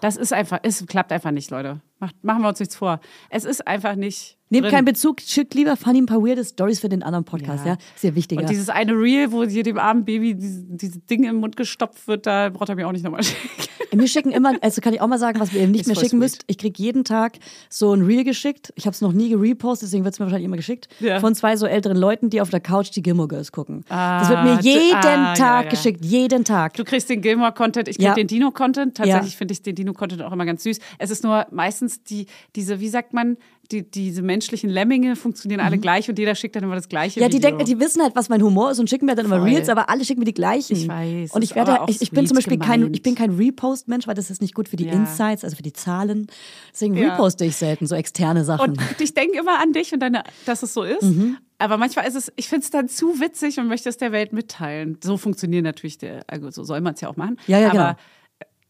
S2: Das ist einfach, es klappt einfach nicht, Leute. Macht, machen wir uns nichts vor. Es ist einfach nicht.
S1: Nehmt
S2: drin.
S1: keinen Bezug, schickt lieber Fanny ein paar weirde Stories für den anderen Podcast,
S2: Ja.
S1: ja? Ist ja wichtiger.
S2: Und dieses eine Reel, wo hier dem armen Baby dieses, dieses Ding im Mund gestopft wird, da braucht er mir auch nicht nochmal schicken.
S1: Mir schicken immer, also kann ich auch mal sagen, was wir eben nicht
S2: Ist
S1: mehr
S2: voll
S1: schicken
S2: sweet.
S1: müsst. Ich krieg jeden Tag so ein Reel geschickt. Ich habe es noch nie gerepostet, deswegen wird's mir wahrscheinlich immer geschickt.
S2: Ja.
S1: Von zwei so älteren Leuten, die auf der Couch die Gilmore Girls gucken. das wird
S2: Ah,
S1: mir
S2: d-
S1: jeden
S2: ah,
S1: Tag
S2: ja, ja.
S1: geschickt, jeden Tag.
S2: Du kriegst den Gilmore-Content, ich krieg
S1: Ja.
S2: den Dino-Content. Tatsächlich
S1: Ja.
S2: finde ich den Dino-Content auch immer ganz süß. Es ist nur meistens die, diese, wie sagt man, die, diese menschlichen Lemminge funktionieren alle gleich und jeder schickt dann immer das gleiche.
S1: Mhm. ja, die,
S2: Video.
S1: denken, die wissen halt, was mein Humor ist und schicken mir dann immer
S2: Voll.
S1: Reels, aber alle schicken mir die gleichen.
S2: Ich weiß,
S1: Und
S2: ist
S1: ich werde, halt,
S2: aber auch
S1: ich, ich bin
S2: sweet
S1: zum Beispiel kein,
S2: gemeint.
S1: ich bin kein Repost-Mensch, weil das ist nicht gut für die
S2: Ja.
S1: Insights, also für die Zahlen. Deswegen
S2: Ja.
S1: reposte ich selten so externe Sachen.
S2: Und ich denke immer an dich und deine, dass es so ist.
S1: Mhm.
S2: Aber manchmal ist es, ich finde es dann zu witzig und möchte es der Welt mitteilen. So funktionieren natürlich, der, also so soll man es ja auch machen.
S1: Ja, ja,
S2: Aber,
S1: genau.
S2: äh,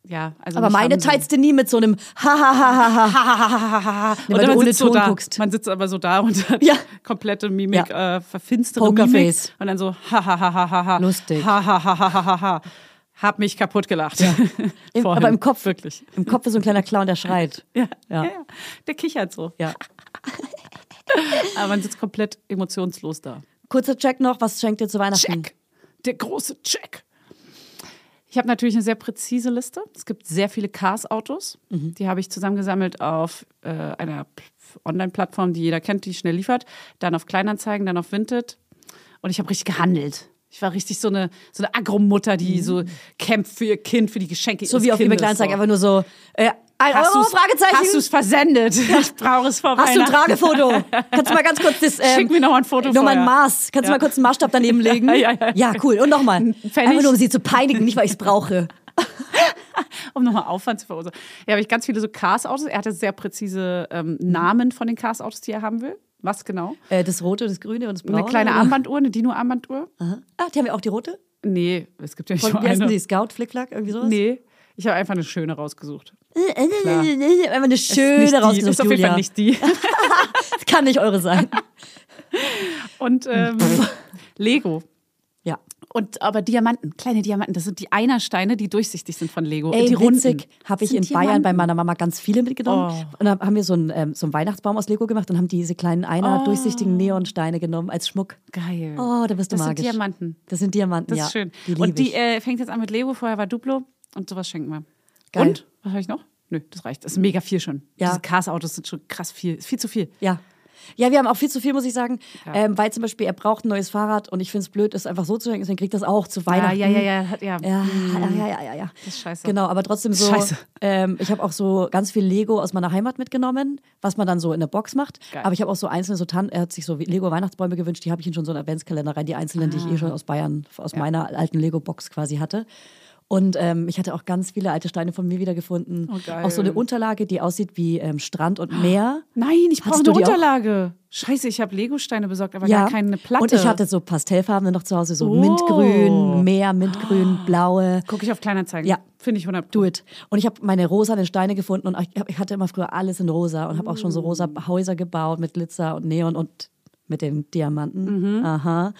S2: ja, also
S1: aber
S2: nicht
S1: meine
S2: haben sie.
S1: teilst du nie mit so einem Hahaha. Nee,
S2: Und
S1: weil du
S2: man
S1: ohne
S2: sitzt so
S1: Ton
S2: da.
S1: guckst.
S2: Man sitzt aber so da und hat
S1: Ja.
S2: komplette Mimik, äh, verfinstere
S1: Pokerface.
S2: Mimik. Und dann so, ha, ha, ha, ha, ha, ha.
S1: Lustig.
S2: Ha, ha, ha, ha, ha, ha, ha. Hab mich kaputt gelacht.
S1: Im,
S2: Vorhin.
S1: aber im Kopf.
S2: Wirklich.
S1: Im Kopf ist so ein kleiner Clown, der schreit.
S2: Ja.
S1: Ja.
S2: Ja. ja. Der kichert so.
S1: Ja.
S2: Aber man sitzt komplett emotionslos da.
S1: Kurzer Check noch, was schenkt ihr zu Weihnachten?
S2: Check. Der große Check. Ich habe natürlich eine sehr präzise Liste. Es gibt sehr viele Cars-Autos.
S1: Mhm.
S2: Die habe ich zusammengesammelt auf äh, einer P- Online-Plattform, die jeder kennt, die schnell liefert. Dann auf Kleinanzeigen, dann auf Vinted. Und ich habe richtig gehandelt. Ich war richtig so eine, so eine Agromutter, die so kämpft für ihr Kind, für die Geschenke
S1: Mhm. So
S2: ihres
S1: wie auf eBay
S2: Kindes.
S1: Kleinanzeigen,
S2: So.
S1: einfach nur so, äh, ein
S2: Hast
S1: Euro,
S2: du's-
S1: Fragezeichen.
S2: Hast du es versendet? Ich brauche es vor
S1: Hast du ein
S2: Weihnachten.
S1: Tragefoto? Kannst du mal ganz kurz das. Ähm,
S2: Schick mir noch mal ein Foto
S1: Nochmal ein
S2: vorher.
S1: Maß. Kannst du mal kurz einen Maßstab daneben legen?
S2: Ja, ja, ja.
S1: cool. Und nochmal.
S2: Pfennig.
S1: Einfach nur, um sie zu peinigen, nicht weil ich es brauche.
S2: um nochmal Aufwand zu verursachen. Ja, habe ich ganz viele so Cars-Autos. Er hatte sehr präzise ähm, Namen von den Cars-Autos, die er haben will. Was genau?
S1: Äh, das rote, das grüne und das blaue.
S2: Eine kleine
S1: oder?
S2: Armbanduhr, eine Dino-Armbanduhr?
S1: Aha. Ah, die haben ja auch die rote?
S2: Nee, es gibt ja nicht
S1: Von,
S2: nur
S1: wie heißen
S2: eine.
S1: die? Scout, Flickflack, irgendwie sowas?
S2: Nee, ich habe einfach eine schöne rausgesucht.
S1: Äh, äh, äh, äh, Einfach eine
S2: nicht
S1: schöne
S2: die,
S1: rausgesucht,
S2: ist auf jeden
S1: Julia.
S2: Fall nicht die.
S1: Das kann nicht eure sein.
S2: Und ähm, Lego.
S1: Ja.
S2: Und aber Diamanten, kleine Diamanten, das sind die Einersteine, die durchsichtig sind von Lego.
S1: Ey,
S2: Und die Runden.
S1: witzig, habe ich
S2: Das
S1: in
S2: sind
S1: Bayern bei
S2: Diamanten.
S1: meiner Mama ganz viele mitgenommen.
S2: Oh.
S1: Und dann haben wir so einen, ähm, so einen Weihnachtsbaum aus Lego gemacht und haben diese kleinen einer durchsichtigen Neonsteine genommen als Schmuck.
S2: Oh. Geil.
S1: Oh, da bist du
S2: das
S1: magisch.
S2: sind Diamanten.
S1: Das sind Diamanten,
S2: Das
S1: ja.
S2: ist schön.
S1: Die lieb
S2: und die
S1: ich.
S2: äh, fängt jetzt an mit Lego, vorher war Duplo und sowas schenken wir.
S1: Geil.
S2: Und? Was habe ich noch? Nö, das reicht. Das ist mega viel schon.
S1: Ja.
S2: Diese Cars-Autos sind schon krass viel. Ist viel zu viel.
S1: Ja. Ja, wir haben auch viel zu viel, muss ich sagen. Ähm, weil zum Beispiel, er braucht ein neues Fahrrad und ich finde es blöd, es einfach so zu hängen, deswegen kriegt das auch zu Weihnachten.
S2: ja, ja, ja, hat- ja. Mhm.
S1: Ja, ja, ja, ja, ja.
S2: Das ist scheiße.
S1: Genau, aber trotzdem so.
S2: Scheiße.
S1: Ähm, ich habe auch so ganz viel Lego aus meiner Heimat mitgenommen, was man dann so in der Box macht.
S2: Geil.
S1: Aber ich habe auch so einzelne, so Tan er hat sich so Lego-Weihnachtsbäume gewünscht, die habe ich in schon so einen Adventskalender rein, die einzelnen, die ich
S2: Ah.
S1: eh schon aus Bayern, aus meiner alten Lego-Box quasi hatte. Und ähm, ich hatte auch ganz viele alte Steine von mir wiedergefunden.
S2: Oh, geil. Ah.
S1: Auch so eine Unterlage, die aussieht wie ähm, Strand und Meer.
S2: Nein, ich brauche
S1: Hattest
S2: eine
S1: du die auch?
S2: Unterlage. Scheiße, ich habe Lego-Steine besorgt, aber gar keine Platte.
S1: Und ich hatte so Pastellfarben noch zu Hause, so
S2: Oh. Ah.
S1: Mintgrün, Meer, Mintgrün, Blaue.
S2: Gucke ich auf Kleinanzeigen.
S1: Ja.
S2: Finde ich Oh, 100
S1: Do it. Und ich habe meine rosanen Steine gefunden und ich, hab, ich hatte immer früher alles in rosa und habe auch schon so rosa
S2: Mm.
S1: Häuser gebaut mit Glitzer und Neon und mit den
S2: Mhm.
S1: Diamanten. Aha.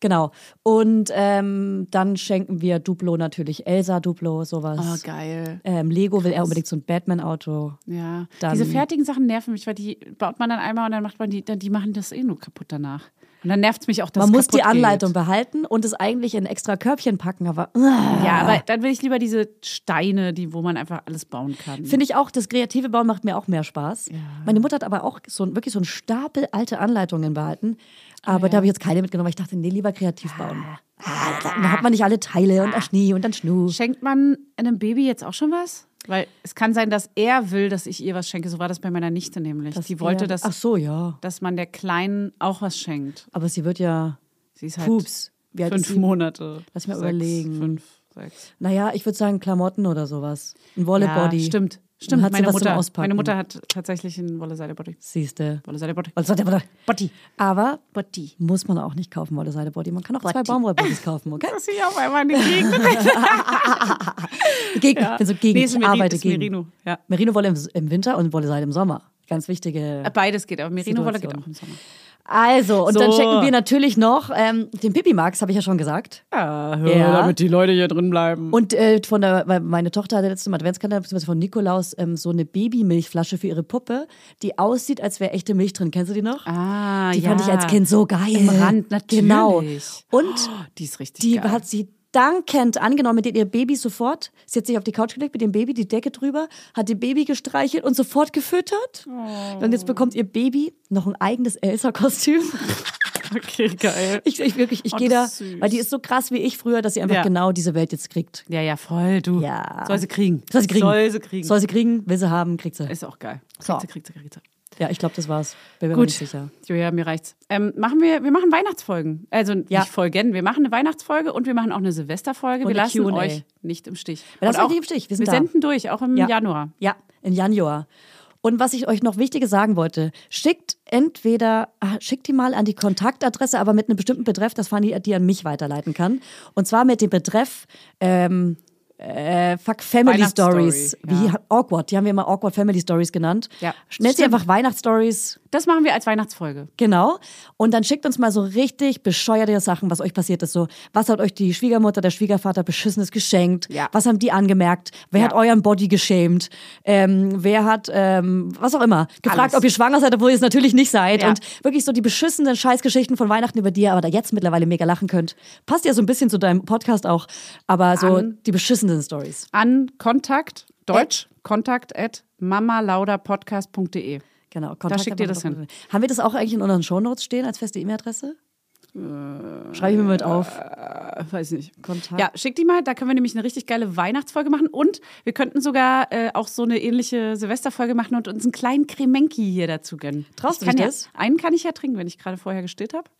S1: Genau. Und ähm, dann schenken wir Duplo natürlich, Elsa Duplo,
S2: Oh,
S1: sowas.
S2: geil.
S1: ähm, Lego will er unbedingt so ein Batman-Auto.
S2: Ja.
S1: Dann-
S2: Diese fertigen Sachen nerven mich, weil die baut man dann einmal und dann macht man die, dann, die machen das eh nur kaputt danach. Und dann nervt es mich auch, dass
S1: Man
S2: es
S1: muss die
S2: kaputt
S1: Anleitung
S2: Geht.
S1: behalten und es eigentlich in ein extra Körbchen packen, aber
S2: Ja, aber dann will ich lieber diese Steine, die, wo man einfach alles bauen kann.
S1: Finde ich auch, das kreative Bauen macht mir auch mehr Spaß. Meine Mutter hat aber auch so ein, wirklich so einen Stapel alte Anleitungen behalten.
S2: Ah,
S1: Aber da habe ich jetzt keine mitgenommen, weil ich dachte, nee, lieber kreativ bauen. Ah, Dann hat man nicht alle Teile
S2: Ah.
S1: und ach nee und dann Schnu.
S2: Schenkt man einem Baby jetzt auch schon was? Weil es kann sein, dass er will, dass ich ihr was schenke. So war das bei meiner Nichte nämlich. die wollte, dass,
S1: Ach so, ja.
S2: dass man der Kleinen auch was schenkt.
S1: Aber sie wird ja.
S2: Sie ist halt
S1: Pups. Wie alt ist
S2: fünf
S1: sie?
S2: Monate.
S1: Lass mal
S2: Sechs,
S1: überlegen.
S2: Fünf, sechs.
S1: Naja, ich würde sagen Klamotten oder sowas. Ein Wollebody.
S2: Ja, stimmt. Stimmt,
S1: hat sie
S2: meine
S1: was zum
S2: Mutter,
S1: Auspacken.
S2: meine Mutter hat tatsächlich einen Wolle-Seide-Body.
S1: Siehste.
S2: Wolle-Seide-Body.
S1: Body. Aber
S2: Body.
S1: muss man auch nicht kaufen, Wolle-Seide-Body. Man kann auch zwei Baumwollbodies kaufen, okay?
S2: Dass ich auf einmal in den Gegend
S1: Gegen, Ich bin so gegen,
S2: Nee, ist
S1: ich
S2: Merino,
S1: arbeite
S2: ist
S1: gegen.
S2: Merino, ja.
S1: Merino-Wolle im, im Winter und Wolle-Seide im Sommer. Ganz wichtige.
S2: Beides geht, aber Merino-Wolle geht auch im Sommer.
S1: Also, und
S2: So.
S1: dann checken wir natürlich noch ähm, den Pipi-Max, habe ich ja schon gesagt.
S2: Ja, Ah, hör,
S1: Ja.
S2: damit die Leute hier drin bleiben.
S1: Und äh, von der, weil meine Tochter hatte letzten Adventskalender, beziehungsweise von Nikolaus, ähm, so eine Babymilchflasche für ihre Puppe, die aussieht, als wäre echte Milch drin. Kennst du die noch?
S2: Ah,
S1: die
S2: ja.
S1: fand ich als Kind so geil.
S2: Im Rand, natürlich.
S1: Genau. Und
S2: Oh, die ist richtig
S1: die
S2: geil.
S1: hat sie dankend angenommen, mit ihr- ihr Baby sofort. Sie hat sich auf die Couch gelegt mit dem Baby, die Decke drüber, hat ihr Baby gestreichelt und sofort gefüttert. Und jetzt bekommt ihr Baby noch ein eigenes Elsa-Kostüm.
S2: okay, geil.
S1: Ich, ich wirklich, ich
S2: Oh,
S1: gehe da,
S2: das ist süß.
S1: weil die ist so krass wie ich früher, dass sie einfach
S2: Ja.
S1: genau diese Welt jetzt kriegt.
S2: Ja, ja, voll, du.
S1: Ja.
S2: Soll sie kriegen.
S1: Soll sie kriegen.
S2: Soll sie kriegen.
S1: Soll sie kriegen, will sie haben, kriegt sie.
S2: ist auch geil. Kriegt
S1: So.
S2: sie, kriegt sie, kriegt sie.
S1: Ja, ich glaube, das war's. Bin mir
S2: Gut.
S1: nicht sicher.
S2: Julia, mir reicht's. Ähm, machen wir, wir machen Weihnachtsfolgen. Also
S1: Ja.
S2: nicht Folgen, wir machen eine Weihnachtsfolge und wir machen auch eine Silvesterfolge.
S1: Und
S2: wir
S1: eine
S2: lassen
S1: Q&A.
S2: euch nicht im Stich.
S1: Wir lassen
S2: Und
S1: euch nicht im Stich, wir sind
S2: wir
S1: da.
S2: senden durch, auch im
S1: Ja.
S2: Januar.
S1: Ja, im Januar. Und was ich euch noch Wichtiges sagen wollte, schickt entweder, ah, schickt die mal an die Kontaktadresse, aber mit einem bestimmten Betreff, dass Fanny die an mich weiterleiten kann. Und zwar mit dem Betreff, ähm, äh, fuck Family
S2: Weihnachtsstory,
S1: Stories.
S2: ja.
S1: Wie awkward, die haben wir immer awkward Family Stories genannt.
S2: Ja,
S1: Nennt sie
S2: stimmt.
S1: einfach Weihnachtsstories.
S2: Das machen wir als Weihnachtsfolge.
S1: Genau. Und dann schickt uns mal so richtig bescheuerte Sachen, was euch passiert ist. So, was hat euch die Schwiegermutter, der Schwiegervater beschissenes geschenkt?
S2: Ja.
S1: Was haben die angemerkt? Wer hat
S2: Ja.
S1: euren Body geschämt? Ähm, wer hat, ähm, was auch immer, gefragt,
S2: Alles.
S1: ob ihr schwanger seid, obwohl ihr es natürlich nicht seid?
S2: Ja.
S1: Und wirklich so die beschissenen Scheißgeschichten von Weihnachten, über die ihr aber da jetzt mittlerweile mega lachen könnt. Passt ja so ein bisschen zu deinem Podcast auch. Aber so die beschissenen Stories.
S2: An Kontakt, Deutsch, Kontakt at mamalauderpodcast.de.
S1: Genau. Kontakt
S2: schickt ihr das
S1: einfach-
S2: hin.
S1: Haben wir das auch eigentlich in unseren Shownotes stehen als feste E-Mail-Adresse? Schreibe ich mir mit auf.
S2: Äh, Weiß nicht.
S1: Kontakt.
S2: Ja, schick die mal, da können wir nämlich eine richtig geile Weihnachtsfolge machen und wir könnten sogar äh, auch so eine ähnliche Silvesterfolge machen und uns einen kleinen Kremenki hier dazu gönnen.
S1: Traust
S2: Ich
S1: du dich
S2: kann ja,
S1: das?
S2: Einen kann ich ja trinken, wenn ich gerade vorher gestillt habe.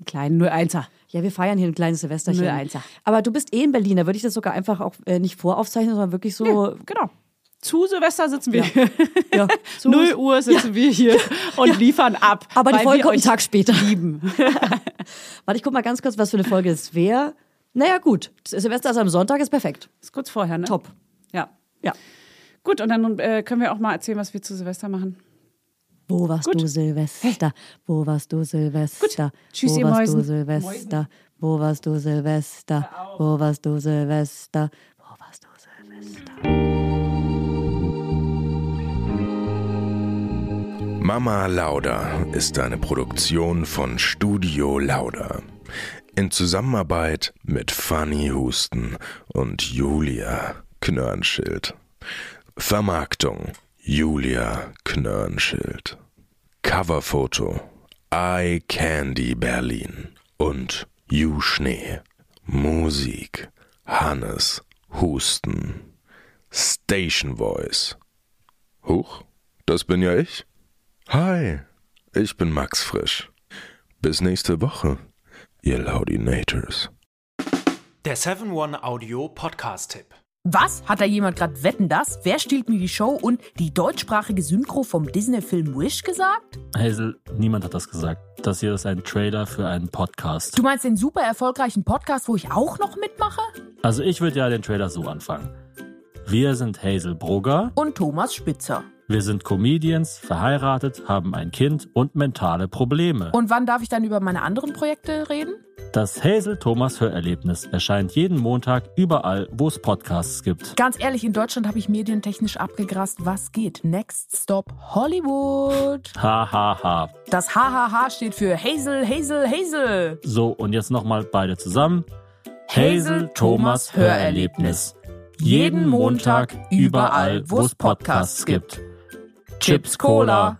S2: Einen kleinen 01er.
S1: Ja, wir feiern hier ein kleines Silvesterchen.
S2: 01er.
S1: Aber du bist eh in Berlin, da würde ich das sogar einfach auch äh, nicht voraufzeichnen, sondern wirklich so.
S2: Genau. Zu Silvester sitzen wir hier.
S1: Ja, zu-
S2: 0 Uhr sitzen wir hier und liefern ab.
S1: Aber die
S2: weil
S1: Folge
S2: wir
S1: kommt einen
S2: euch
S1: Tag später.
S2: Lieben.
S1: Warte, ich guck mal ganz kurz, was für eine Folge es wäre. Naja, gut. Silvester ist am Sonntag, ist perfekt.
S2: Ist kurz vorher, ne?
S1: Top.
S2: Ja.
S1: Ja.
S2: Gut, und dann äh, können wir auch mal erzählen, was wir zu Silvester machen.
S1: Wo warst
S2: Gut.
S1: du, Silvester? Wo warst du, Silvester?
S2: Tschüss,
S1: Wo
S2: ihr
S1: warst du,
S2: Mäusen.
S1: Silvester? Wo warst du, Silvester? Wo warst du, Silvester? Wo warst du, Silvester?
S3: Mama Lauda ist eine Produktion von Studio Lauda. In Zusammenarbeit mit Fanny Husten und Julia Knörnschild. Vermarktung Julia Knörnschild. Coverfoto Eye Candy Berlin und You Schnee. Musik Hannes Husten. Station Voice. Huch, das bin ja ich. Hi, ich bin Max Frisch. Bis nächste Woche, ihr Laudinators.
S7: Der 7-One Audio Podcast-Tipp.
S8: Was? Hat da jemand gerade Wetten das? Wer stiehlt mir die Show und die deutschsprachige Synchro vom Disney-Film Wish gesagt?
S9: Hazel, niemand hat das gesagt. Das hier ist ein Trailer für einen Podcast.
S8: Du meinst den super erfolgreichen Podcast, wo ich auch noch mitmache?
S9: Also ich würde ja den Trailer so anfangen. Wir sind Hazel Brugger
S8: Und Thomas Spitzer.
S9: Wir sind Comedians, verheiratet, haben ein Kind und mentale Probleme.
S8: Und wann darf ich dann über meine anderen Projekte reden?
S9: Das Hazel Thomas Hörerlebnis erscheint jeden Montag überall, wo es Podcasts gibt.
S8: Ganz ehrlich, in Deutschland habe ich medientechnisch abgegrast, was geht. Next Stop Hollywood.
S9: Hahaha. Ha, ha.
S8: Das HHH steht für Hazel, Hazel, Hazel.
S9: So, und jetzt nochmal beide zusammen.
S8: Hazel Thomas Hörerlebnis. Jeden Montag überall, wo es Podcasts gibt. Chips Cola.